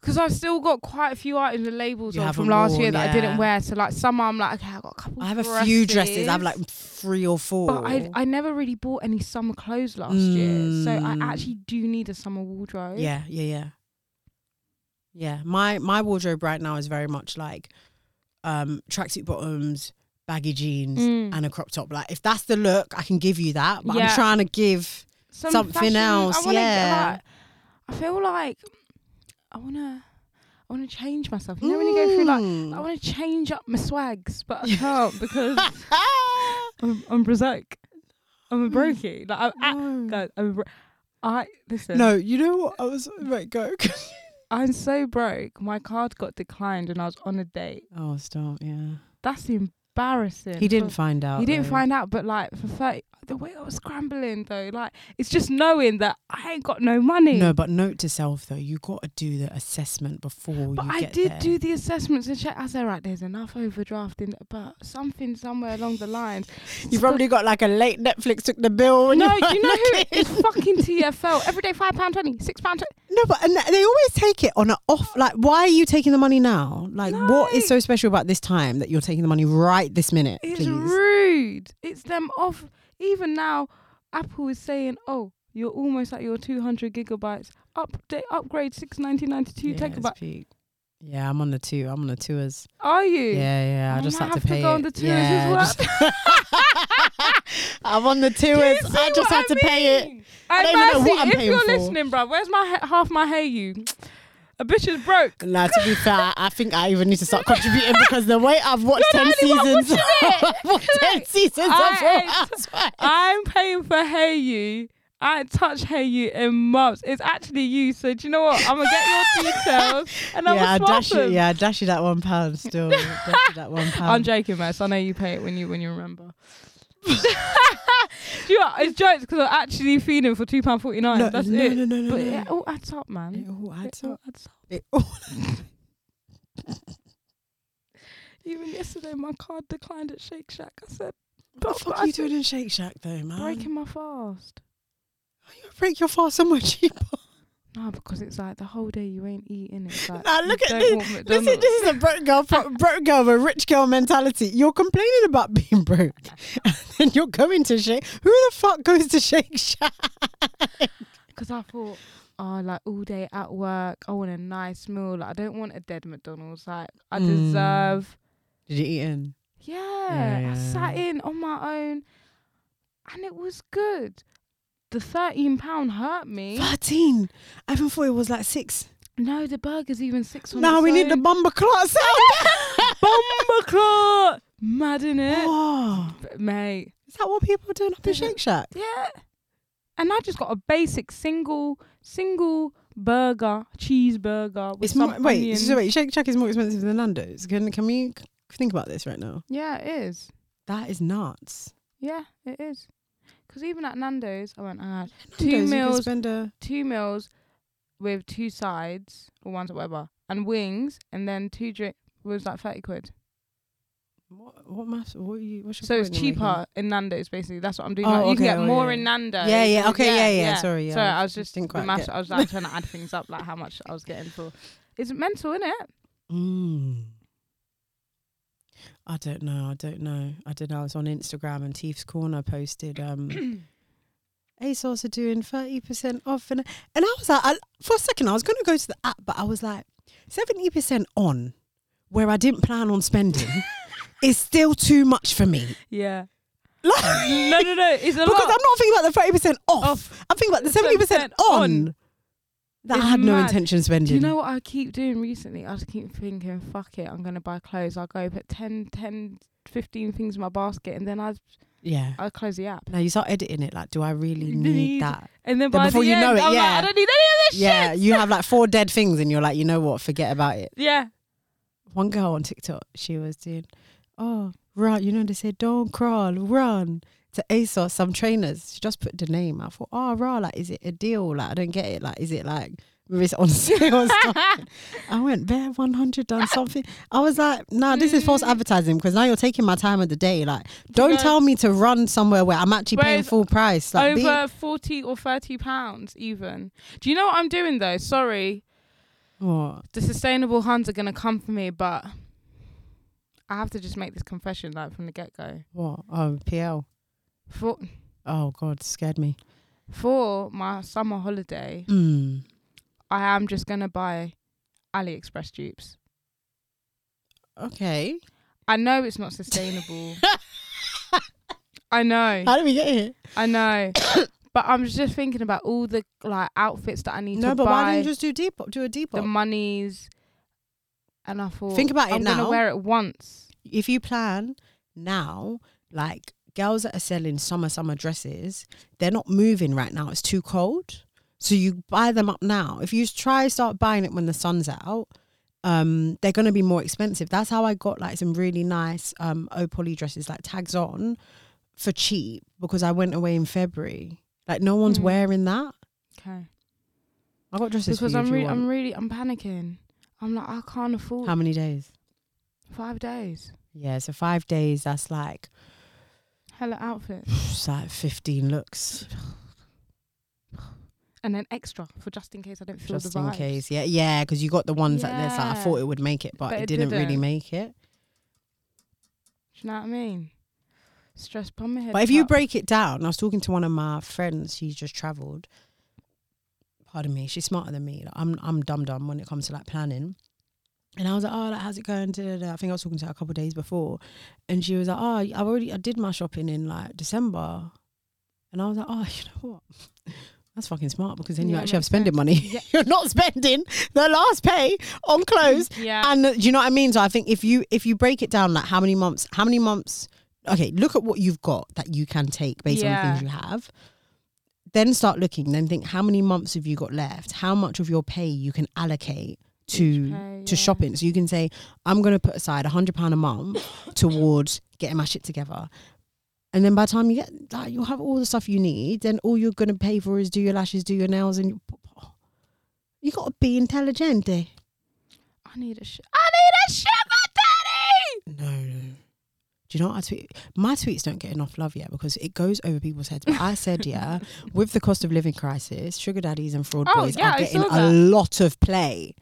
Speaker 1: Because I've still got quite a few items and labels
Speaker 2: You
Speaker 1: on
Speaker 2: haven't
Speaker 1: from last
Speaker 2: worn,
Speaker 1: year that I
Speaker 2: yeah.
Speaker 1: didn't wear. So like summer, I'm like, okay, I got a couple.
Speaker 2: I have a few dresses. I have like three or four.
Speaker 1: But I I never really bought any summer clothes last year, so I
Speaker 2: Mm.
Speaker 1: actually do need a summer wardrobe.
Speaker 2: Yeah, yeah, yeah. Yeah. My my wardrobe right now is very much like um tracksuit bottoms, baggy jeans,
Speaker 1: Mm.
Speaker 2: and a crop top. Like if that's the look, I can give you that. But I'm
Speaker 1: Yeah.
Speaker 2: trying to give
Speaker 1: Some
Speaker 2: Something
Speaker 1: fashion-
Speaker 2: else,
Speaker 1: I wanna get,
Speaker 2: yeah.
Speaker 1: like- I feel like I wanna I wanna change myself. You know when you go through like
Speaker 2: Mm.
Speaker 1: I wanna change up my swags, but I
Speaker 2: (laughs)
Speaker 1: can't because (laughs) I'm, I'm prosaic. I'm a
Speaker 2: Mm.
Speaker 1: brokey. Like I'm, ah,
Speaker 2: no.
Speaker 1: guys, I'm a bro- I listen.
Speaker 2: no, you know what? I was right, go.
Speaker 1: I'm so broke. My card got declined, and I was on a date.
Speaker 2: oh stop, yeah.
Speaker 1: That's embarrassing.
Speaker 2: He didn't
Speaker 1: for-
Speaker 2: find out.
Speaker 1: He didn't
Speaker 2: though.
Speaker 1: find out, but like for thirty, the way I was scrambling though, like it's just knowing that I ain't got no money.
Speaker 2: No, but note to self though, you got to do the assessment before
Speaker 1: But
Speaker 2: you
Speaker 1: I
Speaker 2: get
Speaker 1: did
Speaker 2: there.
Speaker 1: do the assessments and check. I said, right, there's enough overdraft in, but something somewhere along the lines.
Speaker 2: (laughs) You probably got like a late Netflix took the bill. when
Speaker 1: no,
Speaker 2: were (laughs)
Speaker 1: you know who?
Speaker 2: looking.
Speaker 1: It's fucking TFL. Every day, five pound twenty, six pound twenty.
Speaker 2: No, but and they always take it on an off. Like, why are you taking the money now? Like, what is so special about this time that you're taking the money right this minute?
Speaker 1: It's
Speaker 2: please.
Speaker 1: rude. It's them off. Even now, Apple is saying, "Oh, you're almost at your 200 gigabytes. Update, upgrade 699 to 2
Speaker 2: Yeah, it's
Speaker 1: terabyte.
Speaker 2: peak. Yeah, I'm on the two. I'm on the tours.
Speaker 1: Are you?
Speaker 2: Yeah, yeah. I
Speaker 1: I
Speaker 2: just had
Speaker 1: might
Speaker 2: to
Speaker 1: have to
Speaker 2: pay.
Speaker 1: go
Speaker 2: it.
Speaker 1: on the tours as
Speaker 2: yeah,
Speaker 1: well.
Speaker 2: just- (laughs) I'm on the tours.
Speaker 1: Do you
Speaker 2: I
Speaker 1: see
Speaker 2: just
Speaker 1: what
Speaker 2: had to pay it.
Speaker 1: mean?
Speaker 2: I
Speaker 1: Hey,
Speaker 2: don't even know
Speaker 1: Mercy,
Speaker 2: what I'm
Speaker 1: if
Speaker 2: paying
Speaker 1: you're
Speaker 2: for.
Speaker 1: listening, bruv, where's my he- half my hey you? A bitch is broke.
Speaker 2: Now, to be fair, I think I even need to start contributing because the way I've watched
Speaker 1: You're
Speaker 2: ten
Speaker 1: the only one
Speaker 2: seasons,
Speaker 1: watching it.
Speaker 2: (laughs) I've watched ten
Speaker 1: (laughs) Like,
Speaker 2: seasons
Speaker 1: I
Speaker 2: of Real
Speaker 1: ain't-
Speaker 2: Housewives.
Speaker 1: I'm paying for hey you. I ain't touch hey you in months. It's actually you. So do you know what? I'm gonna get your
Speaker 2: (laughs)
Speaker 1: details and I'm
Speaker 2: yeah, I
Speaker 1: gonna swap
Speaker 2: dash
Speaker 1: them.
Speaker 2: you. Yeah, I dash you that one pound still. dash you that
Speaker 1: (laughs)
Speaker 2: one pound.
Speaker 1: I'm joking, Max. I know you pay it when you when you remember. (laughs) Do you know, what? it's jokes because I'm actually feeding for two pound forty nine.
Speaker 2: No,
Speaker 1: That's
Speaker 2: no,
Speaker 1: it.
Speaker 2: no, no, no,
Speaker 1: but
Speaker 2: no.
Speaker 1: it all adds up, man.
Speaker 2: It all adds
Speaker 1: It all
Speaker 2: up.
Speaker 1: adds up.
Speaker 2: It all- (laughs)
Speaker 1: Even yesterday, my card declined at Shake Shack. I said,
Speaker 2: What the
Speaker 1: "But
Speaker 2: fuck
Speaker 1: I
Speaker 2: are you
Speaker 1: said,
Speaker 2: doing in Shake Shack though, man?
Speaker 1: breaking my fast."
Speaker 2: You break your fast somewhere cheaper.
Speaker 1: No, because it's like the whole day you ain't eating.
Speaker 2: (laughs)
Speaker 1: It's like
Speaker 2: Now
Speaker 1: you
Speaker 2: look at
Speaker 1: don't
Speaker 2: this.
Speaker 1: want
Speaker 2: This is,
Speaker 1: McDonald's. (laughs)
Speaker 2: this is a broke girl, pro- broke girl, with a rich girl mentality. You're complaining about being broke, (laughs) and then you're going to Shake. Who the fuck goes to Shake Shack?
Speaker 1: Because I thought, oh, like all day at work, I want a nice meal. Like I don't want a dead McDonald's. Like I
Speaker 2: Mm.
Speaker 1: deserve.
Speaker 2: Did you eat in?
Speaker 1: Yeah,
Speaker 2: yeah,
Speaker 1: I sat
Speaker 2: yeah.
Speaker 1: in on my own, and it was good. The thirteen pound hurt me.
Speaker 2: Thirteen. I even thought it was like six.
Speaker 1: No, the burger's even six. on
Speaker 2: Now
Speaker 1: its
Speaker 2: we need the
Speaker 1: own.
Speaker 2: bumper (laughs) clot (laughs) sound.
Speaker 1: bomber clock. Mad in it,
Speaker 2: oh,
Speaker 1: mate.
Speaker 2: is that what people are doing up in
Speaker 1: Does it-
Speaker 2: Shake Shack?
Speaker 1: Yeah. And I just got a basic single, single burger, cheeseburger with
Speaker 2: It's
Speaker 1: some
Speaker 2: more, wait,
Speaker 1: onions.
Speaker 2: so wait, Shake Shack is more expensive than Nando's. Can can we c- think about this right now?
Speaker 1: Yeah, it is.
Speaker 2: That is nuts.
Speaker 1: Yeah, it is. 'Cause even at Nando's, I went, ah,
Speaker 2: Nando's,
Speaker 1: two
Speaker 2: you can
Speaker 1: meals,
Speaker 2: spend a-
Speaker 1: two meals with two sides, or one's whatever, and wings, and then two drink was like 30 quid.
Speaker 2: what, what maths? What are you? What's your
Speaker 1: So it's
Speaker 2: point you're making?
Speaker 1: cheaper in Nando's, basically. That's what I'm doing.
Speaker 2: Oh,
Speaker 1: like, you can
Speaker 2: okay,
Speaker 1: get
Speaker 2: oh,
Speaker 1: more
Speaker 2: yeah.
Speaker 1: in Nando's.
Speaker 2: Yeah, yeah, okay, yeah, yeah, sorry, yeah,
Speaker 1: Sorry,
Speaker 2: I
Speaker 1: I was
Speaker 2: just
Speaker 1: just,
Speaker 2: didn't
Speaker 1: the
Speaker 2: quite
Speaker 1: maths-
Speaker 2: get-
Speaker 1: I
Speaker 2: (laughs)
Speaker 1: was like trying to add things up, like how much I was getting for. It's mental, isn't it?
Speaker 2: Mm. I don't know. I don't know. I don't know. I was on Instagram and Teeth's Corner posted
Speaker 1: (clears throat)
Speaker 2: um ASOS are doing thirty percent off, and and I was like, I, for a second, I was going to go to the app, but I was like, seventy percent on, where I didn't plan on
Speaker 1: (laughs)
Speaker 2: spending, is still too much for me.
Speaker 1: Yeah.
Speaker 2: Like,
Speaker 1: No, no, no. It's
Speaker 2: (laughs)
Speaker 1: a
Speaker 2: because
Speaker 1: lot.
Speaker 2: I'm not thinking about the thirty percent off.
Speaker 1: Off.
Speaker 2: I'm thinking about the seventy
Speaker 1: 70%
Speaker 2: percent on. That
Speaker 1: It's
Speaker 2: I had no
Speaker 1: mad.
Speaker 2: intention of spending.
Speaker 1: Do you know what I keep doing recently? I just keep thinking, fuck it, I'm going to buy clothes. I'll go put 10, 10, 15 things in my basket and then I
Speaker 2: Yeah.
Speaker 1: I close the app.
Speaker 2: Now you start editing it. Like, do I really
Speaker 1: You
Speaker 2: need
Speaker 1: need-
Speaker 2: that?
Speaker 1: And then
Speaker 2: Then
Speaker 1: by
Speaker 2: before
Speaker 1: the
Speaker 2: you
Speaker 1: end,
Speaker 2: know it,
Speaker 1: I'm
Speaker 2: yeah.
Speaker 1: like, I don't need any of this
Speaker 2: Yeah,
Speaker 1: (laughs) shit.
Speaker 2: you have like four dead things, and you're like, you know what? Forget about it.
Speaker 1: (laughs) Yeah.
Speaker 2: One girl on TikTok, she was doing, oh, run. You know, they say, don't crawl, run to ASOS, some trainers. She just put the name. I thought, oh, rah, like, is it a deal? Like, I don't get it. Like, is it like, it's on (laughs) sale or something? I went, bare 100 done something. I was like, nah, this is false
Speaker 1: Mm.
Speaker 2: advertising because now you're taking my time of the day. Like, don't
Speaker 1: know-
Speaker 2: tell me to run somewhere where I'm actually
Speaker 1: Where
Speaker 2: paying
Speaker 1: it's
Speaker 2: full price. Like, be-
Speaker 1: Over 40 or 30 pounds, even. Do you know what I'm doing, though? Sorry.
Speaker 2: what?
Speaker 1: The sustainable huns are going to come for me, but I have to just make this confession, like, from the get go.
Speaker 2: What? Oh, PL.
Speaker 1: For,
Speaker 2: Oh, God, scared me.
Speaker 1: for my summer holiday,
Speaker 2: Mm.
Speaker 1: I am just going to buy AliExpress dupes.
Speaker 2: Okay.
Speaker 1: I know it's
Speaker 2: (laughs)
Speaker 1: not sustainable. I know.
Speaker 2: How did we get here?
Speaker 1: I know. (coughs) but I'm just thinking about all the like outfits that I need
Speaker 2: No,
Speaker 1: to
Speaker 2: but
Speaker 1: buy,
Speaker 2: why didn't you just do Depop? Do a
Speaker 1: the
Speaker 2: Depop.
Speaker 1: monies, and I thought
Speaker 2: Think about it
Speaker 1: I'm
Speaker 2: now.
Speaker 1: gonna wear it once.
Speaker 2: If you plan now, like girls that are selling summer summer dresses, they're not moving right now. It's too cold, so you buy them up now. If you try start buying it when the sun's out, um, they're going to be more expensive. That's how I got like some really nice um, Opoly dresses, like tags on, for cheap because I went away in February. Like no one's
Speaker 1: Mm.
Speaker 2: wearing that.
Speaker 1: Okay.
Speaker 2: I got dresses
Speaker 1: Because
Speaker 2: for you
Speaker 1: I'm
Speaker 2: if you
Speaker 1: really,
Speaker 2: want.
Speaker 1: I'm really, I'm panicking. I'm like, I can't afford
Speaker 2: How many days?
Speaker 1: five days.
Speaker 2: Yeah, so five days. That's like (sighs)
Speaker 1: Hella
Speaker 2: (laughs)
Speaker 1: outfits,
Speaker 2: it's like fifteen looks,
Speaker 1: and then extra for just in case I don't feel
Speaker 2: just
Speaker 1: the
Speaker 2: in
Speaker 1: vibes.
Speaker 2: case. Yeah, yeah, because you got the ones that there's like I
Speaker 1: Yeah.
Speaker 2: thought it would make it, but,
Speaker 1: But
Speaker 2: it,
Speaker 1: it
Speaker 2: didn't, really
Speaker 1: didn't.
Speaker 2: make it.
Speaker 1: Do you know what I mean? Stress on my head.
Speaker 2: But if you
Speaker 1: top.
Speaker 2: break it down, I was talking to one of my friends. She's just travelled. Pardon me, she's smarter than me. Like, I'm I'm dumb dumb when it comes to like planning. And I was like, oh, like, how's it going? Da, da, da. I think I was talking to her a couple of days before, and she was like, oh, I've already I did my shopping in like December, and I was like, oh, (laughs) you know what? That's fucking smart because then you
Speaker 1: Yeah, it
Speaker 2: actually have
Speaker 1: makes
Speaker 2: spending
Speaker 1: sense.
Speaker 2: money.
Speaker 1: Yeah.
Speaker 2: (laughs) You're not spending the last pay on clothes
Speaker 1: yeah,
Speaker 2: and uh, do you know what I mean? So I think if you if you break it down, like how many months, how many months? Okay, look at what you've got that you can take based on the things
Speaker 1: Yeah.
Speaker 2: you have. Then start looking. Then think how many months have you got left? How much of your pay you can allocate to
Speaker 1: pay,
Speaker 2: to
Speaker 1: yeah.
Speaker 2: shopping? So you can say, I'm going to put aside a hundred pound a
Speaker 1: (coughs)
Speaker 2: month towards getting my shit together. And then by the time you get that, you'll have all the stuff you need. Then all you're going to pay for is do your lashes, do your nails, and you, you got to be intelligent. eh?
Speaker 1: I need a sh- I need a shiver,
Speaker 2: No, no. Do you know what I tweet? My tweets don't get enough love yet because it goes over people's heads. But I said, yeah,
Speaker 1: (laughs)
Speaker 2: with the cost of living crisis, sugar daddies and fraud
Speaker 1: Oh,
Speaker 2: boys
Speaker 1: yeah,
Speaker 2: are
Speaker 1: I
Speaker 2: getting
Speaker 1: saw
Speaker 2: a
Speaker 1: that.
Speaker 2: lot of play.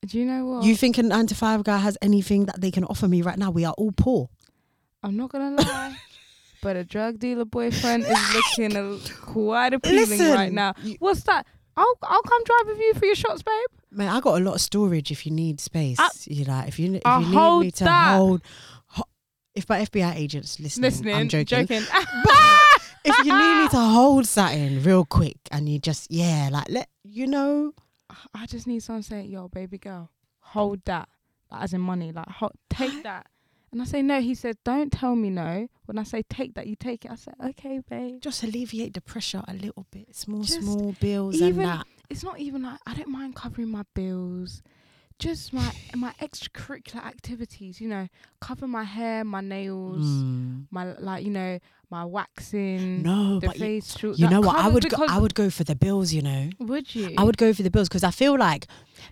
Speaker 1: daddy. Do you know what?
Speaker 2: You think a nine to five guy has anything that they can offer me right now? We are all poor.
Speaker 1: I'm not gonna
Speaker 2: (laughs)
Speaker 1: lie, but a drug dealer boyfriend is looking a,
Speaker 2: (laughs)
Speaker 1: quite appealing
Speaker 2: Listen,
Speaker 1: right now.
Speaker 2: you-
Speaker 1: What's that? I'll I'll come drive with you for your shots, babe.
Speaker 2: Man, I got a lot of storage. If you need space,
Speaker 1: I-
Speaker 2: you like if you if
Speaker 1: I'll
Speaker 2: you need
Speaker 1: Uh, hold
Speaker 2: me to
Speaker 1: that.
Speaker 2: hold. ho- If my FBI agents listening,
Speaker 1: Listening,
Speaker 2: I'm joking.
Speaker 1: joking.
Speaker 2: If you need me to hold something real quick and you just yeah, like let you know,
Speaker 1: (laughs) I just need someone saying, "Yo, baby girl, hold that," like, as in money, like hold,
Speaker 2: (gasps)
Speaker 1: take that. And I say no. He said, "Don't tell me no." When I say take that, you take it. I said, "Okay, babe."
Speaker 2: just alleviate the pressure a little bit. Small,
Speaker 1: Just
Speaker 2: small bills
Speaker 1: even-
Speaker 2: and that.
Speaker 1: It's not even like I don't mind covering my bills, just my my extracurricular activities. You know, cover my hair, my nails.
Speaker 2: Mm.
Speaker 1: my like you know my waxing
Speaker 2: No,
Speaker 1: the
Speaker 2: but you,
Speaker 1: facial
Speaker 2: you
Speaker 1: that
Speaker 2: know what? I
Speaker 1: covers
Speaker 2: would go,
Speaker 1: because-
Speaker 2: I would go for the bills. You know,
Speaker 1: would you
Speaker 2: I would go for the bills because I feel like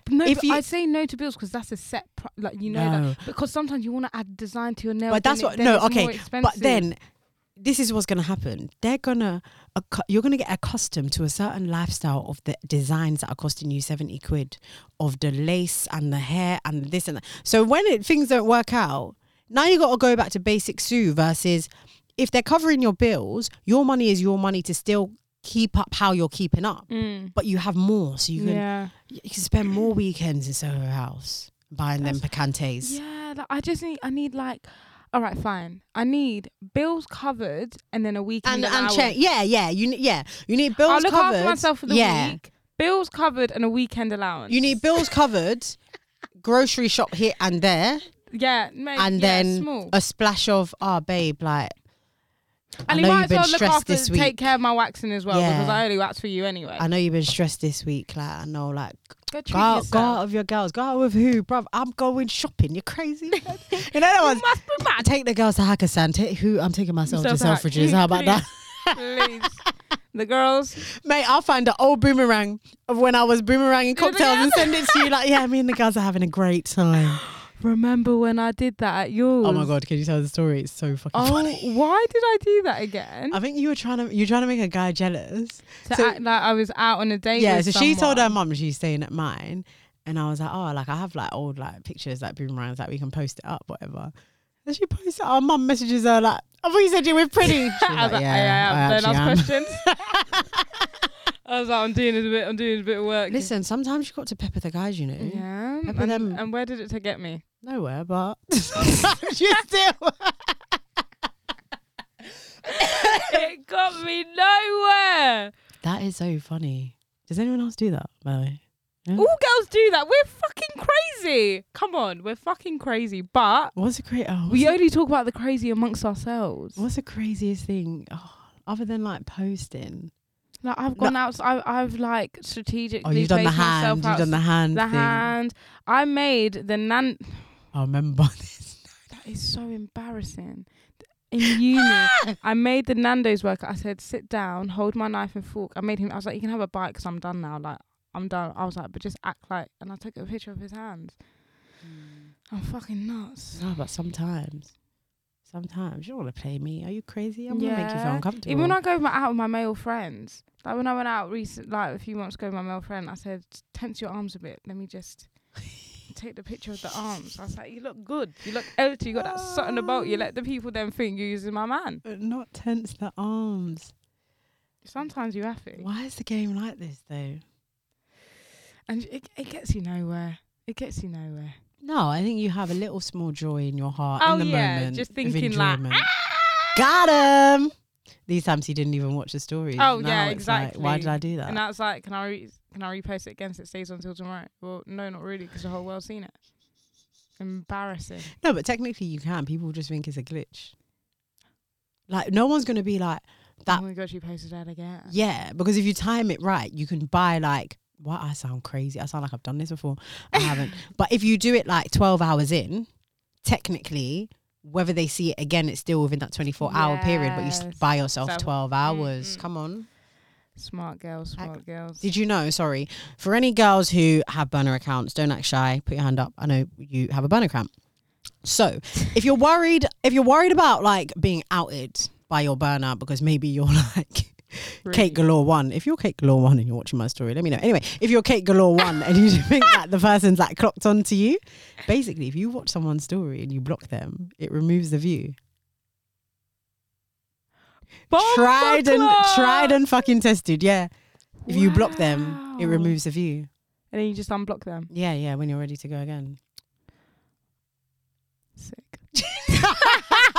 Speaker 1: no
Speaker 2: if
Speaker 1: but
Speaker 2: you-
Speaker 1: i say no to bills because that's a set pr- like you know like,
Speaker 2: No.
Speaker 1: because sometimes you want to add design to your nails
Speaker 2: But that's
Speaker 1: then
Speaker 2: what-
Speaker 1: it, then
Speaker 2: no,
Speaker 1: it's
Speaker 2: okay,
Speaker 1: more expensive.
Speaker 2: But then this is what's going to happen. They're going to, you're going to get accustomed to a certain lifestyle of the designs that are costing you 70 quid, of the lace and the hair and this and that. So when it, things don't work out, now you got to go back to basic Sue versus if they're covering your bills, your money is your money to still keep up how you're keeping up.
Speaker 1: Mm,
Speaker 2: But you have more, so you can
Speaker 1: yeah
Speaker 2: you can spend more weekends in Soho House buying them picantes.
Speaker 1: yeah like, i just need i need like all right fine i need bills covered and then a
Speaker 2: and and
Speaker 1: weekend allowance.
Speaker 2: check. Yeah, yeah. You need yeah. You need bills
Speaker 1: i'll look
Speaker 2: covered.
Speaker 1: after myself for the
Speaker 2: yeah.
Speaker 1: week bills covered and a weekend allowance
Speaker 2: You need bills covered, grocery shop here and there,
Speaker 1: yeah mate,
Speaker 2: and
Speaker 1: yeah,
Speaker 2: then
Speaker 1: small.
Speaker 2: a splash of ah, babe, like I
Speaker 1: And
Speaker 2: know
Speaker 1: he might
Speaker 2: you've
Speaker 1: as
Speaker 2: been
Speaker 1: well look
Speaker 2: stressed
Speaker 1: after
Speaker 2: this week.
Speaker 1: take care of my waxing as well because
Speaker 2: Yeah.
Speaker 1: I only wax for you anyway.
Speaker 2: I know you've been stressed this week. Like I know, like
Speaker 1: Go treat
Speaker 2: go out,
Speaker 1: yourself.
Speaker 2: go out with your girls. Go out with who, bruv? I'm going shopping. You're
Speaker 1: (laughs)
Speaker 2: crazy. man. you know that
Speaker 1: You
Speaker 2: one.
Speaker 1: must be
Speaker 2: (laughs)
Speaker 1: mad.
Speaker 2: Take the girls to Hackersan. Take who? I'm taking myself to
Speaker 1: Yourself to Hack-
Speaker 2: Selfridges. How about
Speaker 1: (laughs)
Speaker 2: that?
Speaker 1: Please. the girls.
Speaker 2: Mate, I'll find the old boomerang of when I was boomeranging
Speaker 1: Do it
Speaker 2: cocktails and send it to you. Like, yeah, me and the girls are having a great time.
Speaker 1: Remember when I did that at yours?
Speaker 2: Oh my god, can you tell the story? It's so fucking
Speaker 1: Oh,
Speaker 2: funny.
Speaker 1: why did I do that again?
Speaker 2: I think you were trying to you're trying to make a guy jealous.
Speaker 1: to
Speaker 2: Uh, so-
Speaker 1: act like I was out on a date.
Speaker 2: yeah,
Speaker 1: with
Speaker 2: so she told her
Speaker 1: someone.
Speaker 2: mum she's staying at mine, and I was like, oh, like I have like old like pictures like boomerangs like we can post it up whatever. And she posted. Our mum messages her like, I thought you said you were pretty. (laughs)
Speaker 1: (laughs)
Speaker 2: She was
Speaker 1: I was
Speaker 2: like,
Speaker 1: like, yeah, I am. Don't
Speaker 2: actually am." (laughs)
Speaker 1: ask questions. I was like, I'm doing a bit. I'm doing a bit of work.
Speaker 2: Listen, sometimes you got to pepper the guys, you know.
Speaker 1: Yeah.
Speaker 2: Pepper
Speaker 1: And,
Speaker 2: them.
Speaker 1: and where did it to
Speaker 2: (laughs)
Speaker 1: get me?
Speaker 2: Nowhere, but
Speaker 1: (laughs)
Speaker 2: you still. (laughs)
Speaker 1: it got me nowhere.
Speaker 2: That is so funny. Does anyone else do that, by the way?
Speaker 1: All girls do that. We're fucking crazy. Come on, we're fucking crazy. But
Speaker 2: What's the cra- oh, what's,
Speaker 1: we
Speaker 2: the,
Speaker 1: only talk about the crazy amongst ourselves.
Speaker 2: what's the craziest thing oh, other than like posting?
Speaker 1: Like I've gone out. I, I've like strategically
Speaker 2: Oh, you've done the
Speaker 1: placed myself
Speaker 2: hand. You've
Speaker 1: out-
Speaker 2: done the hand.
Speaker 1: the
Speaker 2: thing.
Speaker 1: hand. I made the nan. (sighs)
Speaker 2: I remember (laughs)
Speaker 1: (laughs)
Speaker 2: this.
Speaker 1: That is so embarrassing. In
Speaker 2: (laughs)
Speaker 1: uni, I made the Nando's worker. I said, sit down, hold my knife and fork. I made him. I was like, you can have a bite 'cause I'm done now. Like I'm done. I was like, but just act like. And I took a picture of his hands. I'm fucking nuts.
Speaker 2: No, but sometimes, sometimes you don't want to play me. Are you crazy? I'm gonna make you feel
Speaker 1: Yeah.
Speaker 2: uncomfortable.
Speaker 1: Even when I go my- out with my male friends, like when I went out recent, like a few months ago with my male friend, I said, tense your arms a bit. Let me just take the picture of the arms. I was like, you look good. You look healthy. You got that something about you. Let the people then think you're using my man.
Speaker 2: But Uh, not tense the arms.
Speaker 1: Sometimes you have to.
Speaker 2: Why is the game like this though?
Speaker 1: And it, it gets you nowhere. It gets you nowhere.
Speaker 2: No, I think you have a little small joy in your heart
Speaker 1: Oh,
Speaker 2: in the
Speaker 1: yeah,
Speaker 2: moment.
Speaker 1: just
Speaker 2: of
Speaker 1: thinking like, "Ah!"
Speaker 2: enjoyment. got him. These times he didn't even watch the stories.
Speaker 1: Oh, yeah,
Speaker 2: Now it's like, why did
Speaker 1: exactly.
Speaker 2: I do that?
Speaker 1: And that's like, can I re- can I repost it again so it stays until tomorrow? Well, no, not really, 'cause the whole world's seen it. Embarrassing.
Speaker 2: No, but technically you can. People just think it's a glitch. Like no one's gonna be like, That-
Speaker 1: oh my god, she posted that again.
Speaker 2: yeah, because if you time it right, you can buy like. Why I sound crazy? I sound like I've done this before. I
Speaker 1: (laughs)
Speaker 2: haven't. but if you do it like twelve hours in, technically, whether they see it again, it's still within that twenty-four hour period. But you s-
Speaker 1: Yes.
Speaker 2: buy yourself
Speaker 1: So-
Speaker 2: twelve hours.
Speaker 1: Mm-mm.
Speaker 2: Come on.
Speaker 1: Smart girls,
Speaker 2: Like,
Speaker 1: smart girls.
Speaker 2: Did you know? Sorry. For any girls who have burner accounts, don't act shy. Put your hand up. I know you have a burner account. So, if you're worried, if you're worried about like being outed by your burner because maybe you're (laughs) like Kate Galore One. If you're Kate Galore One and you're watching my story, let me know. Anyway, if you're Kate Galore One and you (laughs) think that the person's like clocked onto you, basically, if you watch someone's story and you block them, it removes the view.
Speaker 1: Bomba
Speaker 2: tried and
Speaker 1: club!
Speaker 2: tried and fucking tested. Yeah. If you block them, it
Speaker 1: Wow.
Speaker 2: removes the view.
Speaker 1: And then you just unblock them.
Speaker 2: Yeah, yeah, when you're ready to go again.
Speaker 1: Sick. (laughs)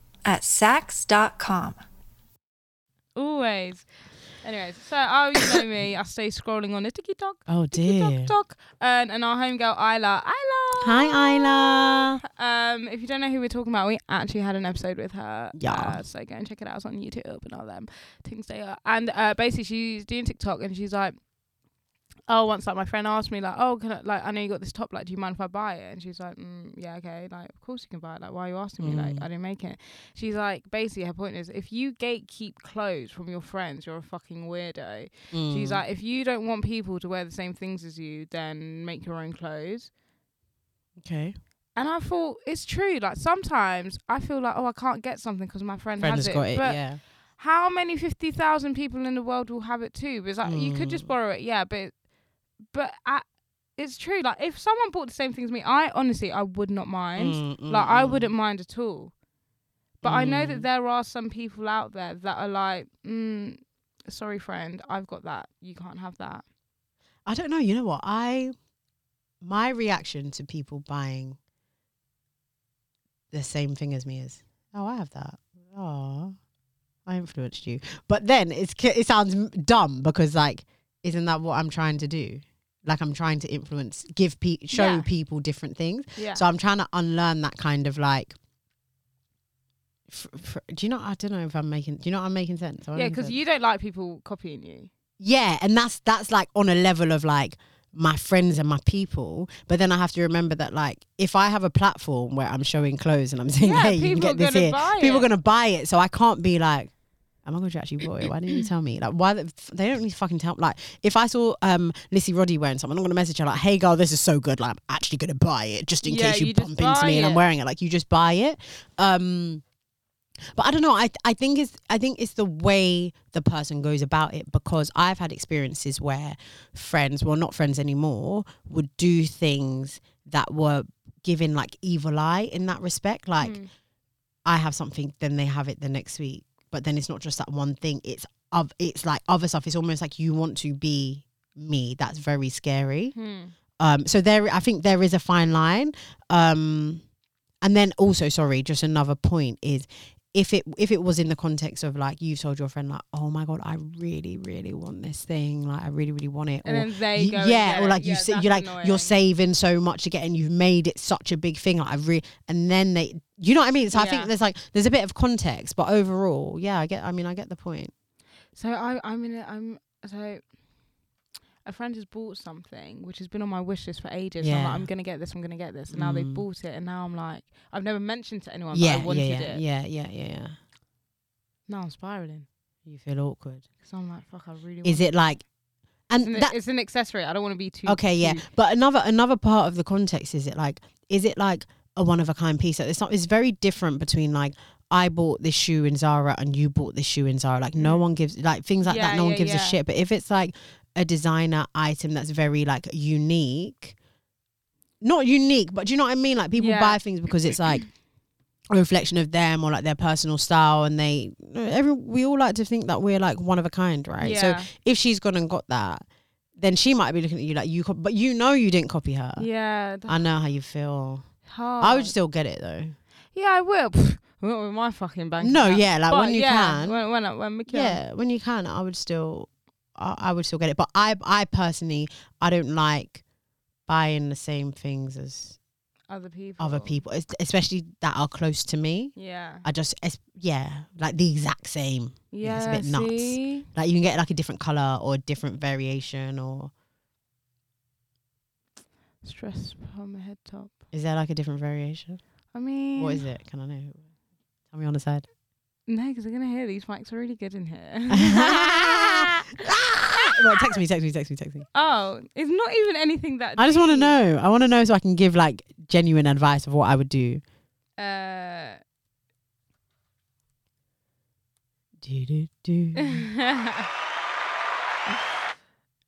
Speaker 3: at Sax.com.
Speaker 1: Always. Anyways, so oh, you know me. I stay scrolling on the TikTok.
Speaker 2: oh dear.
Speaker 1: TikTok. And, and our homegirl, Isla. Isla.
Speaker 2: Hi, Isla.
Speaker 1: Um, if you don't know who we're talking about, we actually had an episode with her.
Speaker 2: Yeah.
Speaker 1: Uh, so go and check it out. It's on YouTube and all them things they are. And uh, basically, she's doing TikTok and she's like, oh, once like my friend asked me like, oh, can I, like I know you got this top, like, do you mind if I buy it? And she's like, mm, yeah, okay, like of course you can buy it. Like, why are you asking me? Like,
Speaker 2: Mm.
Speaker 1: I didn't make it. She's like, basically, her point is, if you gatekeep clothes from your friends, you're a fucking weirdo. She's
Speaker 2: Mm.
Speaker 1: like, if you don't want people to wear the same things as you, then make your own clothes.
Speaker 2: Mm, okay.
Speaker 1: And I thought it's true. Like sometimes I feel like, oh, I can't get something because my friend,
Speaker 2: Friend
Speaker 1: has
Speaker 2: has
Speaker 1: it.
Speaker 2: got it.
Speaker 1: but
Speaker 2: Yeah.
Speaker 1: how many fifty thousand people in the world will have it too? But it's like you could just
Speaker 2: Mm.
Speaker 1: borrow it, yeah. But but I, it's true. Like if someone bought the same things as me, I honestly I would not mind.
Speaker 2: Mm.
Speaker 1: Like I wouldn't mind at all. But I know that
Speaker 2: Mm.
Speaker 1: there are some people out there that are like, mm, sorry, friend, I've got that. You can't have that.
Speaker 2: I don't know. You know what? I my reaction to people buying the same thing as me is, oh, I have that. Oh, I influenced you. But then it's ki- it sounds m- dumb because like, isn't that what I'm trying to do? Like I'm trying to influence, give pe- show
Speaker 1: Yeah.
Speaker 2: people different things.
Speaker 1: Yeah.
Speaker 2: So I'm trying to unlearn that kind of like. Fr- fr- do you know? I don't know if I'm making. Do you know what I'm making sense? Am I
Speaker 1: yeah,
Speaker 2: making
Speaker 1: because
Speaker 2: sense?
Speaker 1: you don't like people copying you.
Speaker 2: (laughs) Yeah, and that's that's like on a level of like my friends and my people. But then I have to remember that like if I have a platform where I'm showing clothes and I'm saying,
Speaker 1: Yeah,
Speaker 2: hey, you can
Speaker 1: people
Speaker 2: get this
Speaker 1: are gonna
Speaker 2: here,
Speaker 1: buy
Speaker 2: people are
Speaker 1: it.
Speaker 2: gonna buy it. So I can't be like, I'm not gonna actually buy it. Why didn't you tell me? Like why the, they don't need to fucking tell like if I saw um Lissy Roddy wearing something, I'm not gonna message her like, hey girl, this is so good, like I'm actually gonna buy it just in
Speaker 1: Yeah,
Speaker 2: case you,
Speaker 1: you just
Speaker 2: bump into
Speaker 1: buy
Speaker 2: me and I'm
Speaker 1: it.
Speaker 2: wearing it. Like you just buy it. Um but I don't know. I I think it's I think it's the way the person goes about it because I've had experiences where friends, well, not friends anymore, would do things that were given like evil eye in that respect. Like
Speaker 1: Mm.
Speaker 2: I have something, then they have it the next week, but then it's not just that one thing. It's of it's like other stuff. It's almost like you want to be me. That's very scary.
Speaker 1: Hmm.
Speaker 2: Um, so there, I think there is a fine line. Um, and then also, sorry, just another point is if it if it was in the context of like you've told your friend like, oh my god, I really really want this thing, like I really really want it,
Speaker 1: And
Speaker 2: or
Speaker 1: then they
Speaker 2: you-
Speaker 1: go.
Speaker 2: yeah,
Speaker 1: and
Speaker 2: or
Speaker 1: get
Speaker 2: like
Speaker 1: it.
Speaker 2: you
Speaker 1: yeah,
Speaker 2: see,
Speaker 1: that's
Speaker 2: you're like
Speaker 1: annoying.
Speaker 2: you're saving so much to get, and you've made it such a big thing. Like I really, and then they, you know what I mean. So I
Speaker 1: Yeah.
Speaker 2: think there's like there's a bit of context, but overall, yeah, I get. I mean, I get the point.
Speaker 1: So I, I'm in. A, I'm so. A friend has bought something which has been on my wish list for ages. and I'm
Speaker 2: Yeah.
Speaker 1: like, I'm gonna get this. I'm gonna get this. And now they
Speaker 2: Mm.
Speaker 1: bought it, and now I'm like, I've never mentioned to anyone
Speaker 2: yeah,
Speaker 1: that I wanted
Speaker 2: yeah, yeah,
Speaker 1: it.
Speaker 2: yeah, yeah, yeah, yeah.
Speaker 1: Now I'm spiraling
Speaker 2: You feel awkward.
Speaker 1: because I'm like, fuck, I really.
Speaker 2: Is
Speaker 1: want
Speaker 2: it like,
Speaker 1: It's
Speaker 2: and
Speaker 1: an,
Speaker 2: that
Speaker 1: it's an accessory. I don't want to be too.
Speaker 2: okay, yeah.
Speaker 1: cute.
Speaker 2: But another another part of the context is it like is it like a one of a kind piece? Like, It's not. It's very different between like. I bought this shoe in Zara and you bought this shoe in Zara. Like no
Speaker 1: Mhm.
Speaker 2: one gives like things like
Speaker 1: Yeah,
Speaker 2: that. No one
Speaker 1: yeah,
Speaker 2: gives a
Speaker 1: yeah.
Speaker 2: shit. But if it's like a designer item that's very like unique, not unique, but do you know what I mean? Like people
Speaker 1: Yeah.
Speaker 2: buy things because it's like a reflection of them or like their personal style, and they every we all like to think that we're like one of a kind, right? So
Speaker 1: Yeah.
Speaker 2: if she's gone and got that, then she might be looking at you like you, co- but you know you didn't copy her.
Speaker 1: yeah. That's
Speaker 2: I know how you feel.
Speaker 1: hard.
Speaker 2: I would still get it though.
Speaker 1: Yeah, I will. Not with my fucking bank.
Speaker 2: no,
Speaker 1: account.
Speaker 2: yeah, like
Speaker 1: But
Speaker 2: when you
Speaker 1: yeah,
Speaker 2: can,
Speaker 1: When when I- when we can.
Speaker 2: yeah, when you can, I would still, I, I would still get it. But I, I personally, I don't like buying the same things as
Speaker 1: Other people.
Speaker 2: other people, es- especially that are close to me.
Speaker 1: Yeah.
Speaker 2: I just, es- yeah, like the exact same.
Speaker 1: Yeah.
Speaker 2: it's a bit nuts.
Speaker 1: see?
Speaker 2: Like you can get like a different color or a different variation, or
Speaker 1: Stress on my head top.
Speaker 2: is there like a different variation?
Speaker 1: I mean,
Speaker 2: What is it? Can I know? Tell me on the side.
Speaker 1: No, because they're gonna hear these mics are really good
Speaker 2: (laughs)
Speaker 1: in here.
Speaker 2: well, text me, text me, text me, text me.
Speaker 1: (laughs) oh, it's not even anything that.
Speaker 2: I just want to
Speaker 1: deep.
Speaker 2: know. I want to know so I can give like genuine advice of what I would do. (laughs)
Speaker 1: Uh,
Speaker 2: Do, do, do.
Speaker 1: (laughs)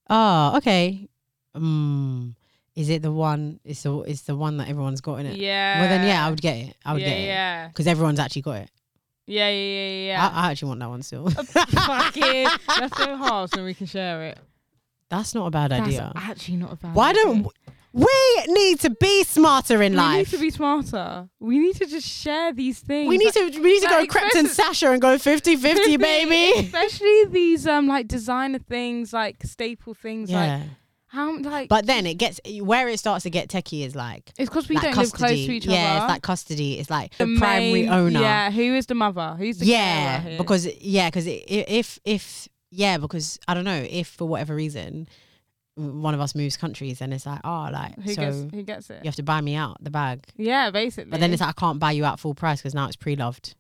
Speaker 2: oh, okay. Mm. Is it the one? It's the it's the one that everyone's got in it.
Speaker 1: yeah.
Speaker 2: Well, then yeah, I would get it. I would
Speaker 1: yeah,
Speaker 2: get it.
Speaker 1: yeah.
Speaker 2: Because everyone's actually got it.
Speaker 1: yeah, yeah, yeah, yeah, yeah.
Speaker 2: I, I actually want that one still. Ah.
Speaker 1: (laughs) Fucking, that's so hard, so we can share it.
Speaker 2: (laughs) That's not a bad idea.
Speaker 1: That's actually not a bad.
Speaker 2: Why
Speaker 1: idea.
Speaker 2: don't we need to be smarter in
Speaker 1: we
Speaker 2: life?
Speaker 1: need to be smarter? We need to just share these things.
Speaker 2: we need
Speaker 1: Like,
Speaker 2: to we need to
Speaker 1: Like,
Speaker 2: go Crept and
Speaker 1: expenses-
Speaker 2: Sasha and go
Speaker 1: (laughs)
Speaker 2: 50-50, baby.
Speaker 1: Especially these um like designer things, like staple things, like how like.
Speaker 2: But then it gets where it starts to get techie is like
Speaker 1: it's because we
Speaker 2: like
Speaker 1: don't
Speaker 2: custody.
Speaker 1: live close to each other.
Speaker 2: Yeah, it's like custody. It's like the,
Speaker 1: main-
Speaker 2: primary owner.
Speaker 1: Yeah, who is the mother? Who's the
Speaker 2: Yeah,
Speaker 1: carer here?
Speaker 2: because yeah, because if if yeah, because I don't know if for whatever reason w- one of us moves countries and it's like oh like
Speaker 1: who
Speaker 2: so
Speaker 1: gets
Speaker 2: you
Speaker 1: who gets it? Yeah,
Speaker 2: have to buy me out the bag,
Speaker 1: basically.
Speaker 2: but then it's like I can't buy you out full price because now it's pre (laughs) loved.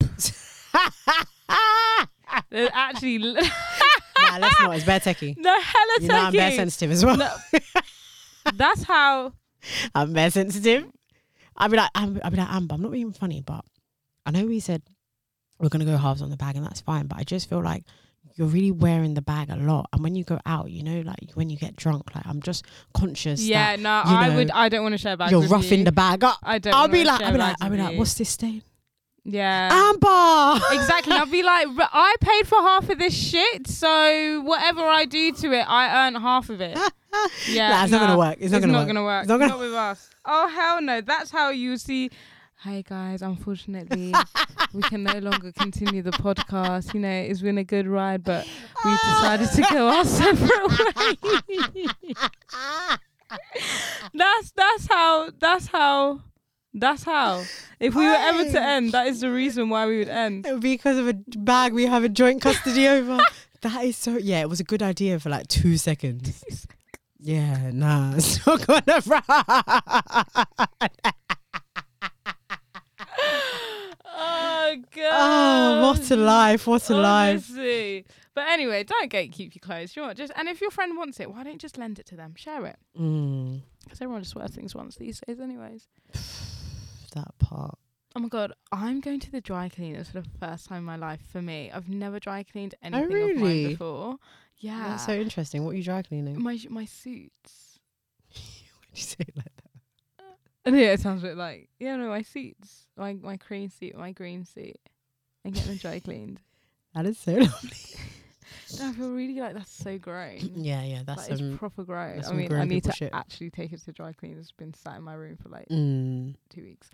Speaker 1: There's
Speaker 2: (laughs)
Speaker 1: actually no (laughs)
Speaker 2: nah, let's not. It's bare techie.
Speaker 1: hella
Speaker 2: You know I'm bare
Speaker 1: taking.
Speaker 2: sensitive as well. (laughs)
Speaker 1: That's how.
Speaker 2: I'm very sensitive. I'd be like, I'm, I'd be like, Amber, I'm not being funny, but I know we said we're gonna go halves on the bag, and that's fine. But I just feel like you're really wearing the bag a lot, and when you go out, you know, like when you get drunk, like I'm just conscious.
Speaker 1: Yeah, no,
Speaker 2: you
Speaker 1: I
Speaker 2: know,
Speaker 1: would. I don't want to share bags.
Speaker 2: that you're
Speaker 1: with
Speaker 2: roughing
Speaker 1: you.
Speaker 2: the bag up.
Speaker 1: I don't.
Speaker 2: I'll
Speaker 1: wanna
Speaker 2: be like,
Speaker 1: share
Speaker 2: I'll be like,
Speaker 1: bags
Speaker 2: I'll be
Speaker 1: with
Speaker 2: like,
Speaker 1: you.
Speaker 2: what's this stain?
Speaker 1: Yeah.
Speaker 2: Amber. (laughs)
Speaker 1: Exactly. I'll be like, "But I paid for half of this shit, so whatever I do to it, I earn half of it.
Speaker 2: (laughs)
Speaker 1: Yeah,
Speaker 2: Nah, it's not gonna
Speaker 1: nah,
Speaker 2: work. It's not gonna work.
Speaker 1: work.
Speaker 2: It's not gonna-
Speaker 1: Not with us. Oh hell no. That's how you see. Hey guys, unfortunately, we can no longer continue the podcast. You know, it's been a good ride, but we
Speaker 2: (laughs)
Speaker 1: decided to go our (laughs) separate ways. that's that's how. That's how. That's how. If we were ever to end, that is the reason why we would
Speaker 2: (laughs)
Speaker 1: end.
Speaker 2: It would be (laughs) because of a bag we have a joint custody over. That is so. Yeah, it was a good idea for like two seconds. Yeah, nah, (laughs) it's not gonna run.
Speaker 1: (laughs) Oh god.
Speaker 2: Oh, what a life! What a life!
Speaker 1: Honestly. But anyway, don't gatekeep your clothes. You know what? Just and if your friend wants it, why don't you just lend it to them? Share it.
Speaker 2: Mm, (sighs)
Speaker 1: Because everyone just wears things once these days, anyways.
Speaker 2: that part.
Speaker 1: Oh my god, I'm going to the dry cleaners for the first time in my life. For me, I've never dry cleaned anything of mine
Speaker 2: Oh, really?
Speaker 1: before. Yeah, Mm.
Speaker 2: That's so interesting. What are you dry (laughs) cleaning?
Speaker 1: my my suits. (laughs)
Speaker 2: Why'd you say it like that?
Speaker 1: And yeah, it sounds a bit like
Speaker 2: (laughs)
Speaker 1: yeah, no, my suits, my my cream suit, my green suit, and get them dry cleaned.
Speaker 2: That is so lovely.
Speaker 1: I feel really like that's so grown.
Speaker 2: (clears throat) Yeah, yeah, that's
Speaker 1: That's
Speaker 2: some.
Speaker 1: proper grown.
Speaker 2: that's
Speaker 1: I
Speaker 2: some
Speaker 1: mean, I
Speaker 2: grown
Speaker 1: need
Speaker 2: people
Speaker 1: to
Speaker 2: shit.
Speaker 1: actually take it to dry clean. It's been sat in my room for like
Speaker 2: Mm,
Speaker 1: two weeks.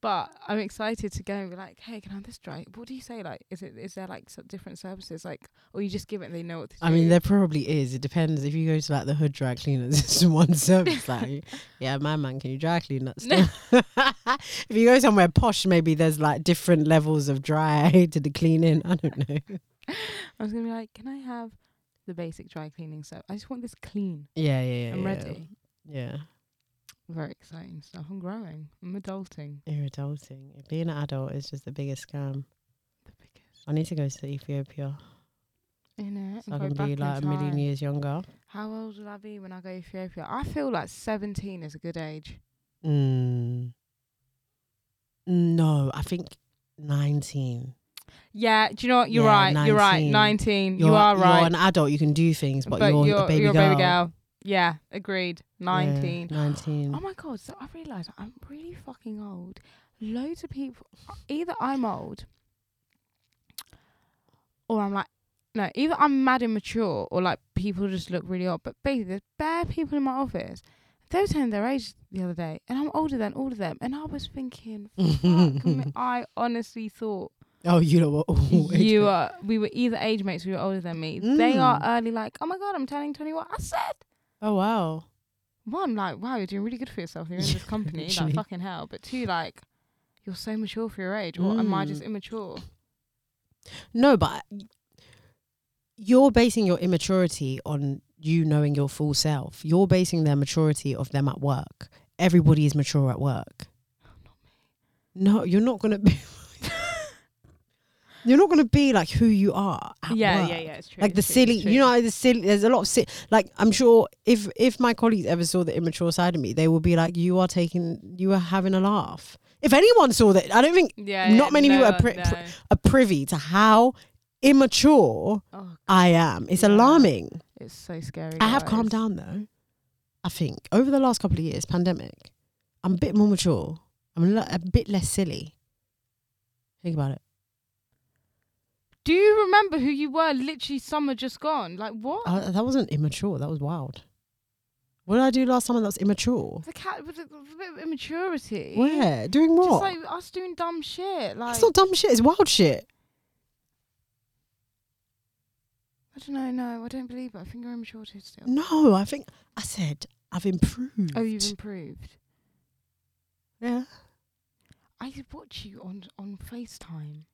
Speaker 1: But I'm excited to go and be like, hey, can I have this dry? What do you say? Like, is it is there like so different services? Like, or you just give it and they know what to
Speaker 2: I
Speaker 1: do.
Speaker 2: mean, there probably is. It depends. If you go to like the hood dry cleaners, (laughs) it's one service. Like, yeah, my man, can you dry clean that stuff? (laughs) if you go somewhere posh, maybe there's like different levels of dry (laughs) to the cleaning. I don't know.
Speaker 1: I was gonna be like, can I have the basic dry cleaning stuff? I just want this clean.
Speaker 2: Yeah, yeah, yeah.
Speaker 1: I'm
Speaker 2: yeah.
Speaker 1: ready.
Speaker 2: Yeah,
Speaker 1: Very exciting stuff. I'm growing. I'm adulting.
Speaker 2: you're adulting. Being an adult is just the biggest scam.
Speaker 1: The biggest.
Speaker 2: I need to go to Ethiopia
Speaker 1: In it.
Speaker 2: so I can be like a million years younger.
Speaker 1: How old will I be when I go to Ethiopia? I feel like 17 is a good age.
Speaker 2: Mm. No, I think 19.
Speaker 1: Yeah, do you know what? You're
Speaker 2: Yeah,
Speaker 1: right. You're right.
Speaker 2: 19.
Speaker 1: 19.
Speaker 2: You're,
Speaker 1: You're, right.
Speaker 2: You're an adult, you can do things, but, you're, a baby
Speaker 1: you're
Speaker 2: girl.
Speaker 1: Yeah, agreed.
Speaker 2: Yeah,
Speaker 1: 19.
Speaker 2: 19.
Speaker 1: Oh my god, so I realised I'm really fucking old. Loads of people either I'm old or I'm like no, either I'm mad immature or like people just look really old. But basically there's bare people in my office. They were telling their age the other day and I'm older than all of them and I was
Speaker 2: (laughs)
Speaker 1: thinking fuck me, I honestly thought
Speaker 2: oh, you know what? (laughs) Oh,
Speaker 1: you are we were either age mates, we were older than me. They
Speaker 2: Mm.
Speaker 1: are early like, Oh my god, I'm turning twenty one. I said
Speaker 2: Oh, wow.
Speaker 1: one, like, wow, you're doing really good for yourself. You're in this company,
Speaker 2: Literally.
Speaker 1: like, fucking hell. But two, like, you're so mature for your age, or am I just
Speaker 2: Mm.
Speaker 1: immature?
Speaker 2: No, but you're basing your immaturity on you knowing your full self. You're basing their maturity of them at work. Everybody is mature at work.
Speaker 1: Oh,
Speaker 2: No, you're not gonna
Speaker 1: (laughs)
Speaker 2: be. you're not gonna be like who you are. At work.
Speaker 1: it's true.
Speaker 2: Like the silly, you know, the silly. There's a lot of silly. Like I'm sure if if my colleagues ever saw the immature side of me, they would be like, "You are taking, you are having a laugh." If anyone saw that, I don't think
Speaker 1: yeah,
Speaker 2: not many people are pri- pri- are privy to how immature
Speaker 1: oh,
Speaker 2: I am. It's
Speaker 1: Yeah.
Speaker 2: alarming.
Speaker 1: it's so scary.
Speaker 2: I have
Speaker 1: guys.
Speaker 2: calmed down though. I think over the last couple of years, pandemic, I'm a bit more mature. I'm a, lo- a bit less silly. Think about it.
Speaker 1: Do you remember who you were? Literally, summer just gone. Like what?
Speaker 2: I, that wasn't immature. That was wild. What did I do last summer that was immature?
Speaker 1: the cat with a, with a bit of immaturity.
Speaker 2: Where? Doing
Speaker 1: Just
Speaker 2: what?
Speaker 1: like us doing dumb shit. Like
Speaker 2: it's not dumb shit. It's wild shit.
Speaker 1: I don't know. No, I don't believe it. I think you're immature too still.
Speaker 2: No, I think I said I've improved.
Speaker 1: Oh, you've improved.
Speaker 2: yeah.
Speaker 1: I watch you on on Facetime.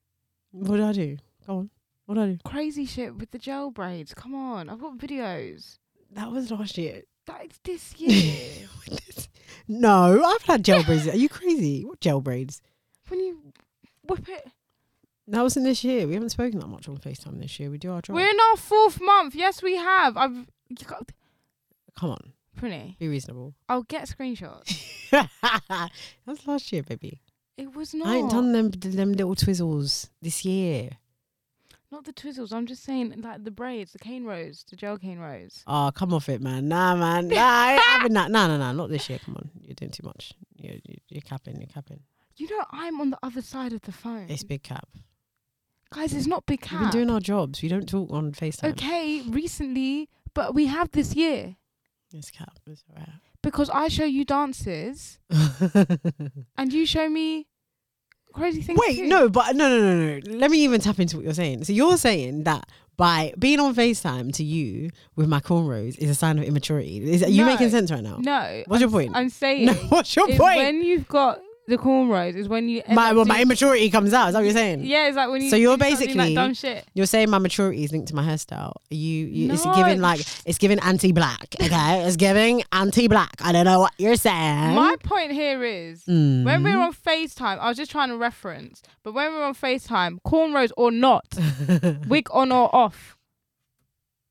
Speaker 2: What did I do? Go on. What did I do?
Speaker 1: crazy shit with the gel braids. Come on, I've got videos.
Speaker 2: That was last year.
Speaker 1: That is
Speaker 2: (laughs)
Speaker 1: this year.
Speaker 2: No, I've had gel braids. Are you crazy? What gel braids?
Speaker 1: when you whip it.
Speaker 2: That wasn't this year. We haven't spoken that much on FaceTime this year. We do our job.
Speaker 1: We're in our fourth month. Yes, we have. I've. You got,
Speaker 2: Come on,
Speaker 1: Prinny,
Speaker 2: be (laughs) reasonable.
Speaker 1: I'll get screenshots.
Speaker 2: (laughs) that was last year, baby.
Speaker 1: It was not.
Speaker 2: I ain't done them them little twizzles this year.
Speaker 1: Not the twizzles. I'm just saying, like the braids, the cane rows, the gel cane rows.
Speaker 2: Oh, come off it, man. Nah, man. Nah, I ain't having that. Nah, nah, nah. Not this year. Come on, you're doing too much. You're, you're, you're capping. You're capping.
Speaker 1: You know, I'm on the other side of the phone.
Speaker 2: It's big cap.
Speaker 1: Guys, it's not big
Speaker 2: We've been
Speaker 1: cat.
Speaker 2: doing our jobs. We don't talk on FaceTime.
Speaker 1: okay, recently, but we have this year
Speaker 2: It's cap. It's
Speaker 1: because I show you dances
Speaker 2: (laughs) alright.
Speaker 1: and you show me crazy things.
Speaker 2: Wait,
Speaker 1: too.
Speaker 2: no, but no, no, no, no. Let me even tap into what you're saying. So you're saying that by being on FaceTime to you with my cornrows is a sign of immaturity. Is are you
Speaker 1: No.
Speaker 2: making sense right now?
Speaker 1: No.
Speaker 2: What's your
Speaker 1: I'm-
Speaker 2: point?
Speaker 1: I'm saying
Speaker 2: (laughs) No, what's your
Speaker 1: it-
Speaker 2: point?
Speaker 1: when you've got the cornrows is when you end
Speaker 2: My
Speaker 1: up
Speaker 2: well, my
Speaker 1: doing-
Speaker 2: immaturity comes out. Is that what you're saying?
Speaker 1: Yeah, it's like when you
Speaker 2: So you're
Speaker 1: you start doing,
Speaker 2: basically-
Speaker 1: like dumb shit.
Speaker 2: You're saying my maturity is linked to my hairstyle. You, you it's
Speaker 1: No.
Speaker 2: giving like it's giving anti-black. Okay, it's giving anti-black. I don't know what you're saying.
Speaker 1: My point here is
Speaker 2: Mm.
Speaker 1: when
Speaker 2: (laughs)
Speaker 1: we were on FaceTime, I was just trying to reference, but when we were on FaceTime, cornrows
Speaker 2: (laughs)
Speaker 1: or not, wig on or off,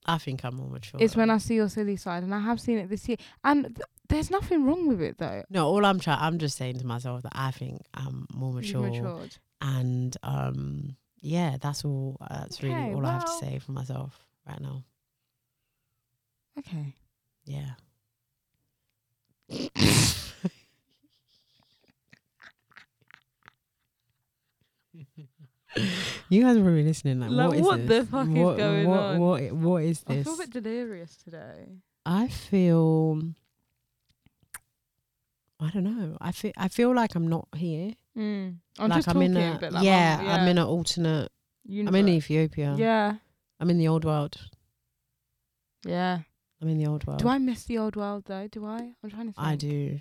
Speaker 2: I think I'm more mature.
Speaker 1: is when I see your silly side, and I have seen it this year. And th- there's nothing wrong with it though.
Speaker 2: no, all I'm trying. I'm just saying to myself that I think I'm more
Speaker 1: You've matured.
Speaker 2: and um yeah that's all uh, that's really
Speaker 1: Okay,
Speaker 2: all i have to
Speaker 1: well-
Speaker 2: say for myself right now
Speaker 1: Okay.
Speaker 2: yeah (laughs) You guys are probably listening. Like,
Speaker 1: Like,
Speaker 2: what is
Speaker 1: what the
Speaker 2: this?
Speaker 1: fuck is
Speaker 2: what,
Speaker 1: going
Speaker 2: what,
Speaker 1: on?
Speaker 2: What, what, what is
Speaker 1: I
Speaker 2: this?
Speaker 1: feel a bit delirious today.
Speaker 2: I feel. I don't know. I feel. I feel like I'm not here.
Speaker 1: Mm. I'm
Speaker 2: like
Speaker 1: just
Speaker 2: I'm
Speaker 1: talking
Speaker 2: in a,
Speaker 1: a bit like
Speaker 2: yeah,
Speaker 1: I'm,
Speaker 2: I'm in an alternate. I'm in Ethiopia.
Speaker 1: Yeah.
Speaker 2: I'm in the old world.
Speaker 1: Yeah.
Speaker 2: I'm in the old world.
Speaker 1: Do I miss the old world though? Do I? I'm trying to think.
Speaker 2: I do.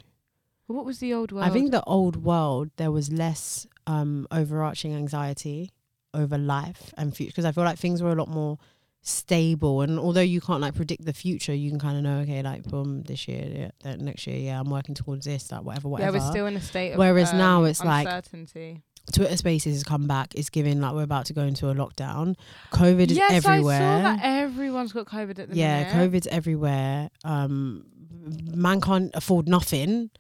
Speaker 1: What was the old world?
Speaker 2: I think the old world there was less um overarching anxiety over life and future because I feel like things were a lot more stable and although you can't like predict the future you can kind of know okay like boom this year yeah, that next year yeah I'm working towards this like whatever
Speaker 1: yeah,
Speaker 2: whatever
Speaker 1: we're still in a state of
Speaker 2: whereas
Speaker 1: um,
Speaker 2: now it's like-
Speaker 1: uncertainty.
Speaker 2: Twitter Spaces has come back it's giving like we're about to go into a lockdown COVID is
Speaker 1: yes,
Speaker 2: everywhere
Speaker 1: I saw that everyone's got COVID at the
Speaker 2: yeah
Speaker 1: minute.
Speaker 2: COVID's everywhere um man can't afford nothing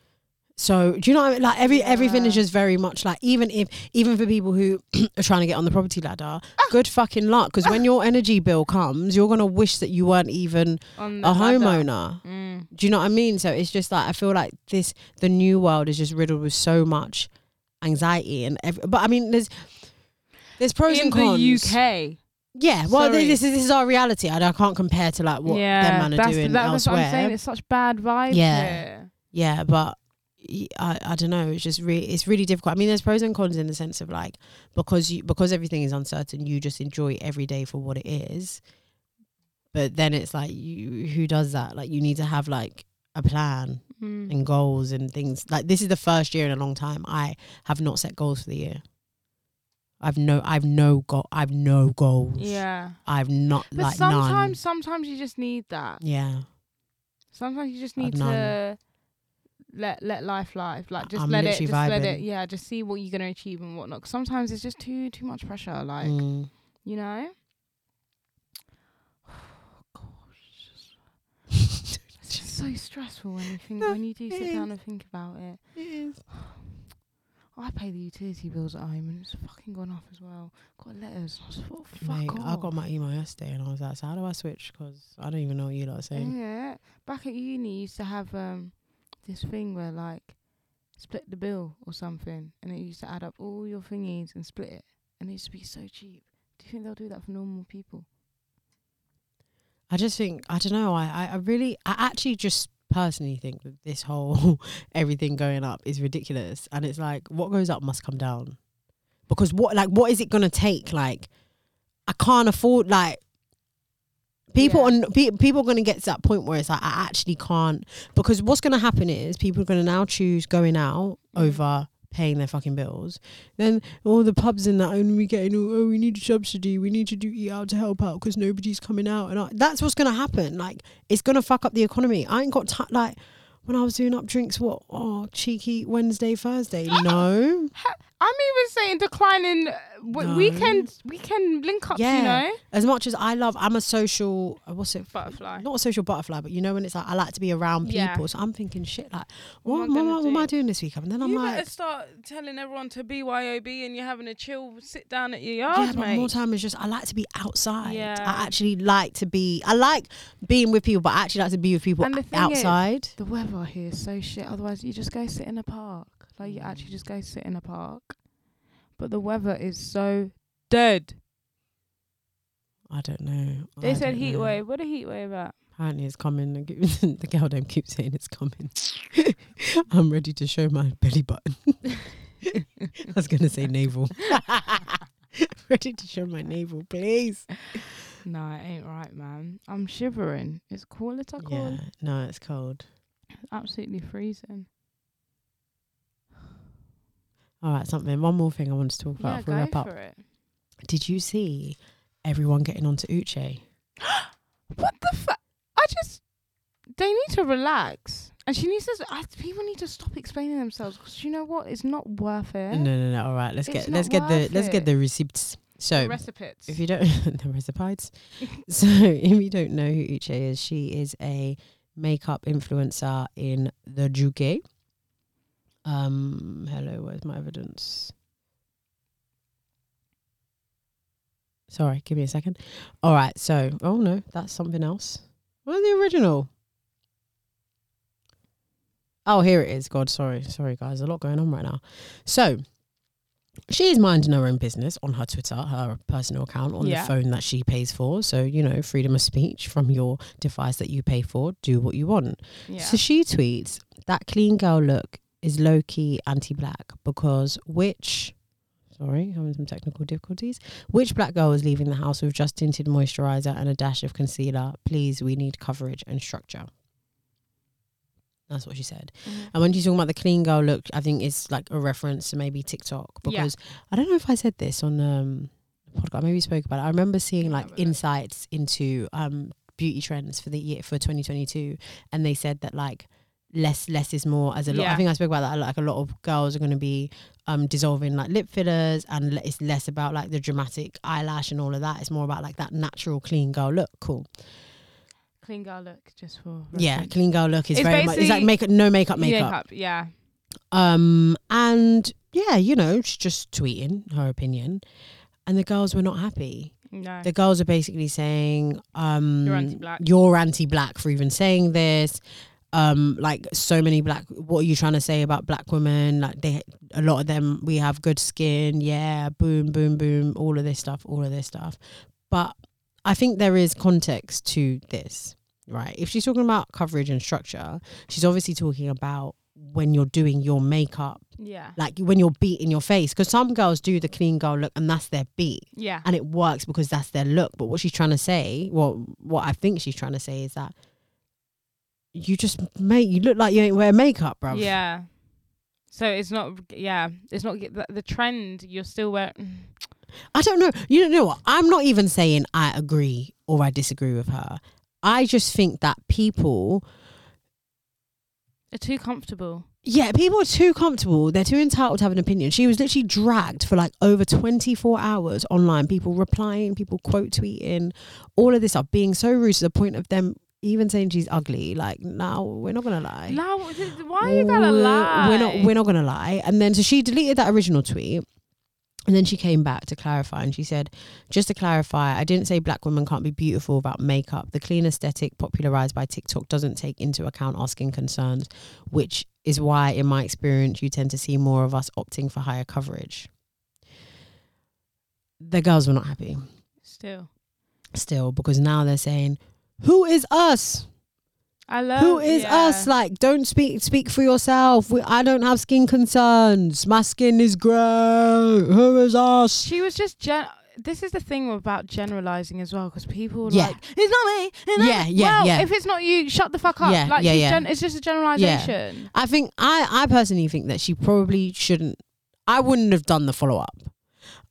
Speaker 2: so do you know what I mean? like every everything is
Speaker 1: Yeah.
Speaker 2: just very much like even if even for people who (clears throat) are trying to get on the property
Speaker 1: Ah!
Speaker 2: ladder, good fucking luck because when your energy bill comes, you're gonna wish that you weren't even
Speaker 1: On
Speaker 2: a
Speaker 1: the ladder.
Speaker 2: homeowner.
Speaker 1: Mm.
Speaker 2: Do you know what I mean? So it's just like I feel like this the new world is just riddled with so much anxiety and ev- but I mean there's there's pros
Speaker 1: in
Speaker 2: and cons.
Speaker 1: the UK.
Speaker 2: Yeah, well, th-
Speaker 1: Sorry.
Speaker 2: this is this is our reality. I, I can't compare to like what
Speaker 1: yeah,
Speaker 2: them man are
Speaker 1: that's,
Speaker 2: doing
Speaker 1: that- that's what
Speaker 2: elsewhere.
Speaker 1: I'm saying. It's such bad vibes
Speaker 2: Yeah.
Speaker 1: here.
Speaker 2: yeah, but y- I, I don't know. It's just really it's really difficult. I mean, there's pros and cons in the sense of like because you because everything is uncertain, you just enjoy every day for what it is. But then it's like you who does that? Like you need to have like a plan
Speaker 1: Mm.
Speaker 2: and goals and things. Like this is the first year in a long time I have not set goals for the year. I've no I've no goal I've no goals.
Speaker 1: Yeah.
Speaker 2: I've not
Speaker 1: But
Speaker 2: like none.
Speaker 1: sometimes, sometimes you just need that.
Speaker 2: Yeah,
Speaker 1: Sometimes you just
Speaker 2: I've
Speaker 1: need
Speaker 2: none.
Speaker 1: to let let life life. Like just
Speaker 2: I'm
Speaker 1: let it,
Speaker 2: literally
Speaker 1: just let it.
Speaker 2: vibing.
Speaker 1: Yeah, just see what you're gonna achieve and whatnot. 'Cause sometimes it's just too too much pressure. Like (laughs)
Speaker 2: Mm.
Speaker 1: you know.
Speaker 2: (sighs)
Speaker 1: It's just so stressful when you think when you do
Speaker 2: it
Speaker 1: sit
Speaker 2: is.
Speaker 1: down and think about it. (sighs) I pay the utility bills at home and it's fucking gone off as well. Got letters. I was like, fuck
Speaker 2: Mate, I
Speaker 1: off.
Speaker 2: got my email yesterday, and I was like, "So how do I switch? Because I don't even know what you lot are saying."
Speaker 1: Yeah. Back at uni, you used to have um this thing where like split the bill or something, and it used to add up all your thingies and split it, and it used to be so cheap. Do you think they'll do that for normal people?
Speaker 2: I just think I don't know. I, I I really I actually just personally think that this whole (laughs) everything going up is ridiculous, and it's like what goes up must come down, because what like what is it gonna take? Like I can't afford like. People
Speaker 1: Yeah.
Speaker 2: on pe- people are going to get to that point where it's like I actually can't because what's going to happen is people are going to now choose going out
Speaker 1: Mm.
Speaker 2: over paying their fucking bills. Then all the pubs and that, and we getting all, oh, we need a subsidy, we need to do eat out to help out because nobody's coming out, and I, that's what's gonna happen. Like it's gonna fuck up the economy. I ain't got time. Like when I was doing up drinks, what oh cheeky Wednesday,
Speaker 1: (gasps)
Speaker 2: Thursday, no,
Speaker 1: I'm even saying declining. Uh, w-
Speaker 2: No.
Speaker 1: Weekend weekend link ups.
Speaker 2: Yeah.
Speaker 1: You know,
Speaker 2: as much as I love, I'm a social. uh, What's it?
Speaker 1: butterfly.
Speaker 2: Not a social butterfly, but you know when it's like I like to be around people.
Speaker 1: Yeah.
Speaker 2: So I'm thinking shit like, what,
Speaker 1: What am I
Speaker 2: what,
Speaker 1: gonna
Speaker 2: what am
Speaker 1: do?
Speaker 2: I doing this weekend? And then I'm
Speaker 1: you
Speaker 2: like,
Speaker 1: better start telling everyone to BYOB and you're having a chill sit down at your
Speaker 2: Yeah,
Speaker 1: yard,
Speaker 2: but
Speaker 1: mate.
Speaker 2: more time is just I like to be outside.
Speaker 1: Oh, Yeah.
Speaker 2: I actually like to be. I like being with people, but I actually like to be with people
Speaker 1: And the thing is-
Speaker 2: outside.
Speaker 1: The weather here is so shit. Otherwise, you just go sit in a park. Like you actually just go sit in a park. But the weather is so dead.
Speaker 2: I don't know.
Speaker 1: They
Speaker 2: I
Speaker 1: said
Speaker 2: don't
Speaker 1: heat
Speaker 2: know.
Speaker 1: wave. What a heat wave at?
Speaker 2: Apparently, it's coming. (laughs) The girl don't keep saying it's coming. (laughs) I'm ready to show my belly button. (laughs) I was gonna say navel. (laughs) ready to show my navel, please.
Speaker 1: Nah, it ain't right, man. I'm shivering. It's cool. It's cool.
Speaker 2: Yeah. No, it's cold.
Speaker 1: Absolutely freezing.
Speaker 2: All right, something. One more thing I wanted to talk about
Speaker 1: Yeah,
Speaker 2: before
Speaker 1: go
Speaker 2: we wrap up.
Speaker 1: for it.
Speaker 2: Did you see everyone getting onto Uche?
Speaker 1: What the fuck? I just. They need to relax. And she needs to. s- I, people need to stop explaining themselves 'cause you know what? It's not worth it.
Speaker 2: No, no, no. All right, let's
Speaker 1: It's
Speaker 2: get
Speaker 1: not
Speaker 2: let's get the
Speaker 1: worth
Speaker 2: let's get
Speaker 1: it.
Speaker 2: the receipts. So
Speaker 1: Recipes.
Speaker 2: if you don't (laughs) the
Speaker 1: (laughs)
Speaker 2: recipes, so if you don't know who Uche is, she is a makeup influencer in the UK. Um, hello, where's my evidence? Sorry, give me a second. All right, so oh no, that's something else. Where's the original? Oh, here it is. God, sorry, sorry, guys, a lot going on right now. So, She's minding her own business on her Twitter, her personal account, on
Speaker 1: Yeah.
Speaker 2: the phone that she pays for. So, you know, freedom of speech from your device that you pay for, do what you want.
Speaker 1: Yeah.
Speaker 2: So she tweets that clean girl look is low key anti black because which, sorry, having some technical difficulties, which black girl is leaving the house with just tinted moisturizer and a dash of concealer? Please, we need coverage and structure. That's what she said.
Speaker 1: Mhm.
Speaker 2: And when she's talking about the clean girl look, I think it's like a reference to maybe TikTok
Speaker 1: Yeah.
Speaker 2: because I don't know if I said this on um the podcast. Maybe we spoke about it. I remember seeing
Speaker 1: Can't
Speaker 2: like
Speaker 1: remember.
Speaker 2: insights into um beauty trends for the year for 2022, and they said that like less less is more. As a lot,
Speaker 1: Yeah.
Speaker 2: I think I spoke about that. Like a lot of girls are going to be um dissolving like lip fillers, and le- it's less about like the dramatic eyelash and all of that. It's more about like that natural clean girl look. Cool.
Speaker 1: Clean girl look, just for
Speaker 2: Yeah,
Speaker 1: reference.
Speaker 2: clean girl look is
Speaker 1: It's
Speaker 2: very much it's like
Speaker 1: basically-
Speaker 2: makeup, no makeup, makeup.
Speaker 1: Yeah,
Speaker 2: Um, and yeah, you know, she's just tweeting her opinion. And the girls were not happy.
Speaker 1: no.
Speaker 2: The girls are basically saying, um,
Speaker 1: You're anti-black.
Speaker 2: You're anti black for even saying this. Um, like so many black what are you trying to say about black women? Like they a lot of them we have good skin, yeah, boom, boom, boom, all of this stuff, all of this stuff. But I think there is context to this, right? If she's talking about coverage and structure, she's obviously talking about when you're doing your makeup
Speaker 1: yeah,
Speaker 2: like when you're beat in your face because some girls do the clean girl look and that's their beat
Speaker 1: yeah,
Speaker 2: and it works because that's their look but what she's trying to say well what i think she's trying to say is that you just make you look like you ain't wear makeup bruv
Speaker 1: yeah. So it's not. Yeah, it's not the, the trend. You're still mm, wearing.
Speaker 2: i don't know you don't know what i'm not even saying i agree or i disagree with her i just think that people
Speaker 1: Are too comfortable.
Speaker 2: yeah, people are too comfortable. They're too entitled to have an opinion. She was literally dragged for like over 24 hours online, people replying, people quote tweeting, all of this stuff, being so rude to the point of them even saying she's ugly. Like, now we're not going to lie.
Speaker 1: No, what- th- th- why are you gonna
Speaker 2: We're-
Speaker 1: lie?
Speaker 2: We're not, we're not going to lie. And then, so she deleted that original tweet. And then she came back to clarify and she said, just to clarify, I didn't say black women can't be beautiful without makeup. The clean aesthetic popularized by TikTok doesn't take into account our skin concerns, which is why, in my experience, you tend to see more of us opting for higher coverage. The girls were not happy
Speaker 1: Still,
Speaker 2: still because now they're saying, Who is us?
Speaker 1: I love.
Speaker 2: Who is
Speaker 1: yeah.
Speaker 2: us? Like, don't speak speak for yourself. We, I don't have skin concerns. My skin is grey. Who is us?
Speaker 1: She was just gen. This is the thing about generalizing as well, because people are
Speaker 2: Yeah.
Speaker 1: like it's not me. It's not
Speaker 2: Yeah,
Speaker 1: me."
Speaker 2: yeah,
Speaker 1: well,
Speaker 2: yeah.
Speaker 1: If it's not you, shut the fuck up.
Speaker 2: Yeah,
Speaker 1: like
Speaker 2: yeah,
Speaker 1: she's
Speaker 2: yeah.
Speaker 1: Gen- it's just a generalization.
Speaker 2: I think I, I personally think that she probably shouldn't. I wouldn't have done the follow up.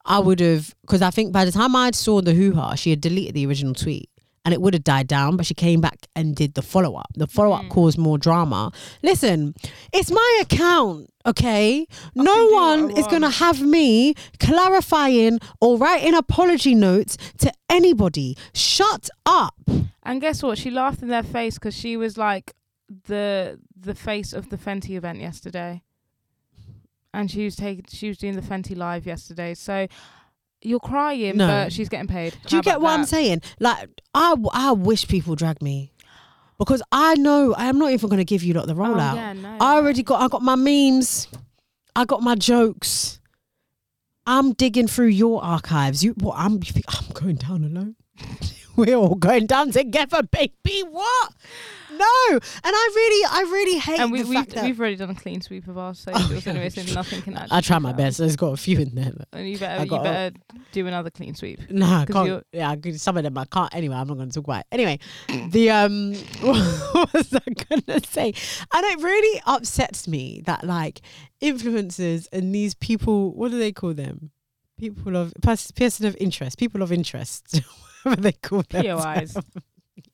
Speaker 2: I would have because I think by the time I saw the hoo ha, she had deleted the original tweet and it would have died down. But she came back and did the follow up. The follow up
Speaker 1: Mm.
Speaker 2: caused more drama. Listen, it's my account, okay?
Speaker 1: can
Speaker 2: No
Speaker 1: do what I
Speaker 2: one is going to
Speaker 1: want.
Speaker 2: have me clarifying or writing apology notes to anybody. Shut up.
Speaker 1: And guess what? She laughed in their face because she was like the the face of the Fenty event yesterday, and she was taking she was doing the Fenty live yesterday. So you're crying,
Speaker 2: No.
Speaker 1: but she's getting paid.
Speaker 2: Do you
Speaker 1: How
Speaker 2: get
Speaker 1: about
Speaker 2: what I'm
Speaker 1: that?
Speaker 2: saying? Like, I, I wish people drag me because I know I'm not even going to give you lot the
Speaker 1: Oh,
Speaker 2: rollout.
Speaker 1: yeah, no.
Speaker 2: I already got I got my memes, I got my jokes. I'm digging through your archives. You what? I'm you think I'm going down alone. (laughs) We're all going down together, baby. What? No, and I really, I really hate
Speaker 1: and we,
Speaker 2: the
Speaker 1: we've,
Speaker 2: fact that
Speaker 1: we've already done a clean sweep of our socials
Speaker 2: Oh, yeah.
Speaker 1: anyway, so nothing can actually
Speaker 2: I try my
Speaker 1: come out.
Speaker 2: best. There's got a few in there. But
Speaker 1: And you
Speaker 2: I
Speaker 1: better, you
Speaker 2: got a-
Speaker 1: better do another clean sweep.
Speaker 2: Nah, I
Speaker 1: 'Cause
Speaker 2: can't.
Speaker 1: you're-
Speaker 2: Yeah, I could- some of them I can't. Anyway, I'm not going to talk about it. Anyway, the um, (laughs) what was I going to say? And it really upsets me that like influencers and these people, what do they call them? People of pers- person of interest, people of interest, (laughs) whatever they call them.
Speaker 1: POIs.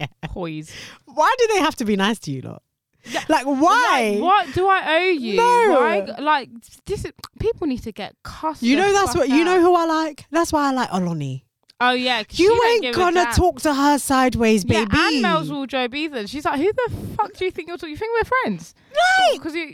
Speaker 2: Yeah.
Speaker 1: Poise.
Speaker 2: (laughs) Why do they have to be nice to you lot?
Speaker 1: Yeah.
Speaker 2: Like (laughs) why?
Speaker 1: Like, what do I owe you?
Speaker 2: No.
Speaker 1: Why- like this is, people need to get cussed.
Speaker 2: You
Speaker 1: the
Speaker 2: know that's
Speaker 1: fuck
Speaker 2: what you know
Speaker 1: out.
Speaker 2: who I like. That's why I like Aloni.
Speaker 1: Oh yeah, 'cause she
Speaker 2: You
Speaker 1: don't
Speaker 2: ain't
Speaker 1: give a
Speaker 2: gonna
Speaker 1: damn.
Speaker 2: talk to her sideways, baby.
Speaker 1: Yeah, and Mel's wardrobe either. She's like, who the fuck do you think you're talking? You think we're friends?
Speaker 2: Like,
Speaker 1: Because you,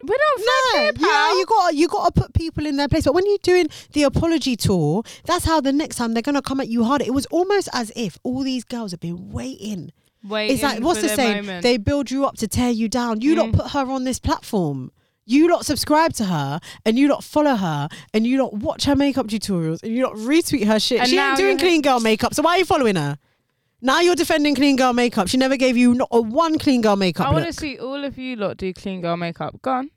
Speaker 1: we're not
Speaker 2: No,
Speaker 1: friends, here,
Speaker 2: yeah,
Speaker 1: pal.
Speaker 2: you got you got to put people in their place. But when you're doing the apology tour, that's how the next time they're gonna come at you harder. It was almost as if all these girls have been waiting.
Speaker 1: Wait,
Speaker 2: it's like what's the saying? They build you up to tear you down. You
Speaker 1: Mm.
Speaker 2: don't put her on this platform. You lot subscribe to her and you lot follow her and you lot watch her makeup tutorials and you lot retweet her shit.
Speaker 1: And
Speaker 2: she
Speaker 1: now
Speaker 2: ain't doing
Speaker 1: you're-
Speaker 2: clean
Speaker 1: (laughs)
Speaker 2: girl makeup, so why are you following her? Now you're defending clean girl makeup. She never gave you not a one clean girl makeup.
Speaker 1: I want to
Speaker 2: look.
Speaker 1: see all of you lot do clean girl makeup. Go on.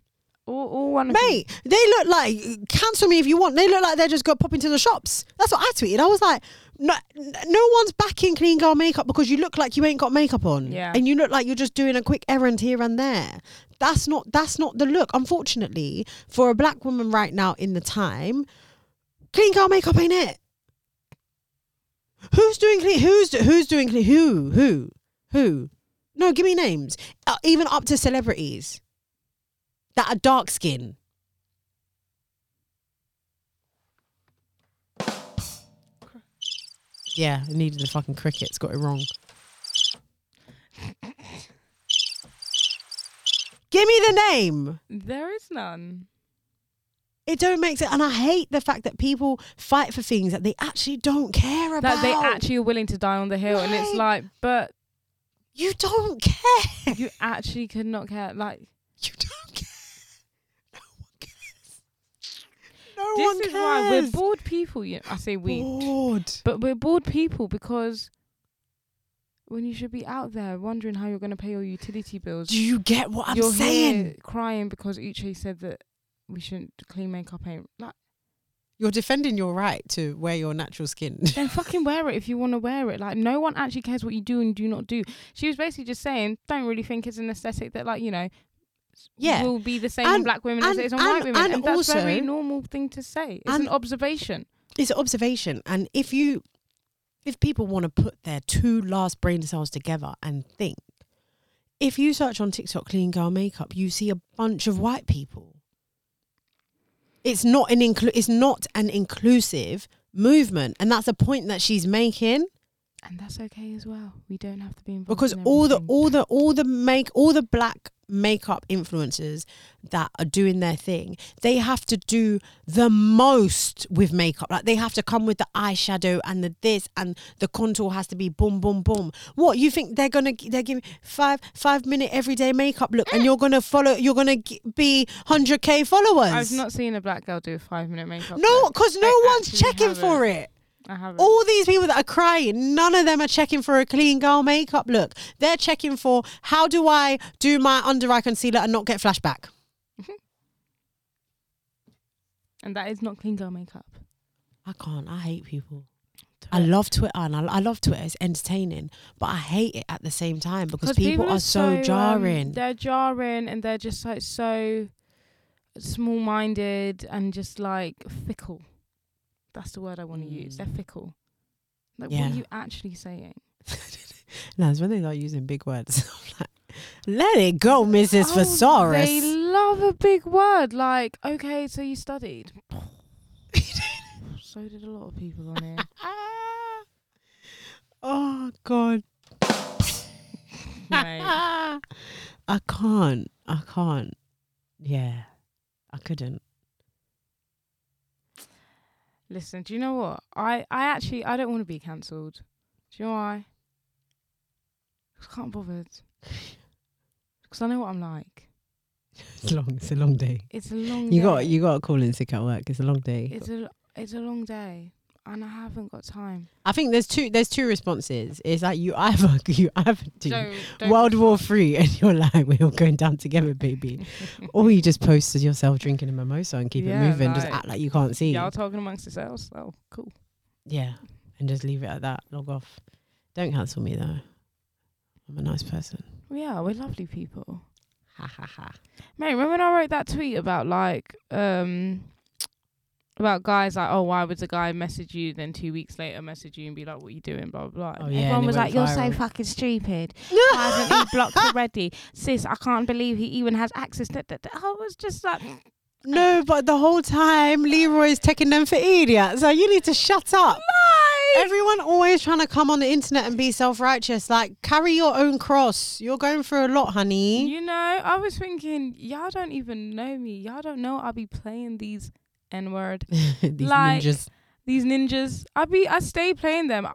Speaker 1: All, all one of you.
Speaker 2: Mate, they look like cancel me if you want. They look like they just got pop into the shops. That's what I tweeted. I was like, no, no one's backing clean girl makeup because you look like you ain't got makeup on.
Speaker 1: Yeah.
Speaker 2: and you look like you're just doing a quick errand here and there. That's not that's not the look. Unfortunately, for a black woman right now in the time, clean girl makeup ain't it. Who's doing clean? Who's do- who's doing clean? Who who who? No, give me names. Uh, even up to celebrities that are dark skin. Yeah, it needed the fucking crickets. Got it wrong. Give me the name.
Speaker 1: There is none.
Speaker 2: It don't make sense, and I hate the fact that people fight for things that they actually don't care about.
Speaker 1: That they actually are willing to die on the hill, and it's
Speaker 2: Right.
Speaker 1: like, but
Speaker 2: you don't care.
Speaker 1: you actually could not care. Like
Speaker 2: (laughs) You don't care. No one cares. No
Speaker 1: this
Speaker 2: one
Speaker 1: is
Speaker 2: cares.
Speaker 1: why we're bored people. You I say we,
Speaker 2: Bored.
Speaker 1: but we're bored people because when you should be out there wondering how you're going to pay your utility bills,
Speaker 2: Do you get what I'm
Speaker 1: you're
Speaker 2: saying?
Speaker 1: here crying because Uche said that we shouldn't clean makeup. Ain't
Speaker 2: (sighs)
Speaker 1: like
Speaker 2: You're defending your right to wear your natural skin.
Speaker 1: then fucking wear it if you want to wear it. Like no one actually cares what you do and do not do. She was basically just saying, don't really think it's an aesthetic that like you know, s-
Speaker 2: (laughs) Yeah.
Speaker 1: will be the same on
Speaker 2: And-
Speaker 1: black women as
Speaker 2: and-
Speaker 1: it is on
Speaker 2: and-
Speaker 1: white women, and,
Speaker 2: and
Speaker 1: that's a very
Speaker 2: also-
Speaker 1: normal thing to say. It's an
Speaker 2: and-
Speaker 1: observation.
Speaker 2: it's an observation and if you if people want to put their two last brain cells together and think if you search on tiktok clean girl makeup you see a bunch of white people it's not an inclu- it's not an inclusive movement and that's a point that she's making
Speaker 1: And that's okay as well. We don't have to be involved.
Speaker 2: because
Speaker 1: in
Speaker 2: all the
Speaker 1: everything.
Speaker 2: all the all the make all the black makeup influencers that are doing their thing they have to do the most with makeup like they have to come with the eyeshadow and the this and the contour has to be boom boom boom what you think they're gonna g- they're giving five five minute everyday makeup look
Speaker 1: Mm.
Speaker 2: and you're gonna follow you're gonna g- be 100k followers
Speaker 1: I've not seen a black girl do a five minute makeup.
Speaker 2: no
Speaker 1: look.
Speaker 2: because no
Speaker 1: I
Speaker 2: one's
Speaker 1: actually
Speaker 2: checking for it
Speaker 1: I haven't.
Speaker 2: all these people that are crying, none of them are checking for a clean girl makeup look. They're checking for how do I do my under eye concealer and not get flashback?
Speaker 1: and that is not clean girl makeup.
Speaker 2: I can't. I hate people. I love Twitter and I, I love Twitter. It's entertaining, but I hate it at the same time because people, are so,
Speaker 1: um,
Speaker 2: jarring.
Speaker 1: they're jarring and they're just like so small minded and just like fickle. That's the word I want to use. They're fickle. Like, what
Speaker 2: Mm. Yeah.
Speaker 1: are you actually saying?
Speaker 2: no, it's when they start using big words. (laughs) I'm like, Let it go, Mrs.
Speaker 1: Oh,
Speaker 2: Thesaurus.
Speaker 1: They love a big word. Like, okay, so you studied. (laughs)
Speaker 2: (laughs)
Speaker 1: so did a lot of people on
Speaker 2: (laughs)
Speaker 1: here.
Speaker 2: oh God. (laughs)
Speaker 1: Mate.
Speaker 2: I can't. I can't. Yeah. I couldn't. (laughs)
Speaker 1: Listen, do you know what? I, I actually I don't want to be cancelled. Do you know why? 'Cause I can't bother. (laughs) Because I know what I'm like.
Speaker 2: It's long. It's a long day.
Speaker 1: It's a long.
Speaker 2: You
Speaker 1: day.
Speaker 2: got you got to call in sick at work. It's a long day.
Speaker 1: It's a it's a long day, and I haven't got time.
Speaker 2: I think there's two there's two responses. It's like you either (laughs) you either do
Speaker 1: Don't,
Speaker 2: World War Three and you're like we're all going down together,
Speaker 1: (laughs)
Speaker 2: baby, or you just post as yourself drinking a mimosa and keep
Speaker 1: Yeah,
Speaker 2: it moving, just
Speaker 1: like-
Speaker 2: act like you can't see.
Speaker 1: Y'all talking amongst yourselves. Oh, cool.
Speaker 2: Yeah, and just leave it at that. Log off. Don't cancel me though. I'm a nice person.
Speaker 1: We are. We're lovely people.
Speaker 2: Ha ha (laughs) ha.
Speaker 1: Mate, remember when I wrote that tweet about like um about guys like, oh, why would a guy message you then two weeks later message you and be like, what you doing, blah blah blah.
Speaker 2: Oh,
Speaker 1: And
Speaker 2: yeah, and
Speaker 1: Everyone
Speaker 2: it
Speaker 1: was
Speaker 2: went
Speaker 1: like, you're so
Speaker 2: viral.
Speaker 1: fucking stupid. Why hasn't he blocked already? (laughs) Sis, I can't believe he even has access. to that. I was just like,
Speaker 2: No, but the whole time Leroy's taking them for idiots. So you need to shut up. Everyone always trying to come on the internet and be self righteous. Like carry your own cross. You're going through a lot, honey.
Speaker 1: You know, I was thinking, y'all don't even know me. Y'all don't know I'll be playing these N
Speaker 2: (laughs)
Speaker 1: word,
Speaker 2: (laughs) These
Speaker 1: Like-
Speaker 2: ninjas.
Speaker 1: these ninjas. I be, I stay playing them.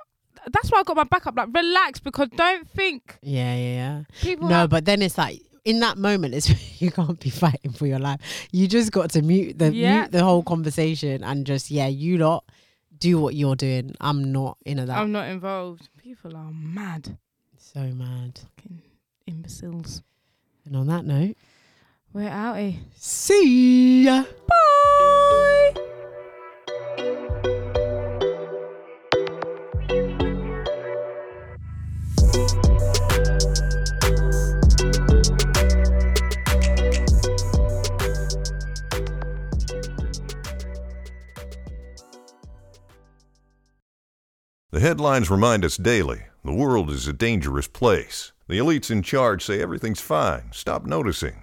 Speaker 1: That's why I got my back up. Like, relax, because don't think
Speaker 2: Yeah, yeah, yeah.
Speaker 1: people.
Speaker 2: No,
Speaker 1: have-
Speaker 2: but then it's like in that moment, it's (laughs) you can't be fighting for your life. You just got to mute the
Speaker 1: Yeah.
Speaker 2: mute the whole conversation and just yeah, you lot do what you're doing. I'm not into that.
Speaker 1: I'm not involved. People are mad,
Speaker 2: so mad.
Speaker 1: fucking imbeciles.
Speaker 2: And on that note,
Speaker 1: We're out here.
Speaker 2: see ya.
Speaker 1: Bye.
Speaker 4: The headlines remind us daily the world is a dangerous place. The elites in charge say everything's fine, stop noticing.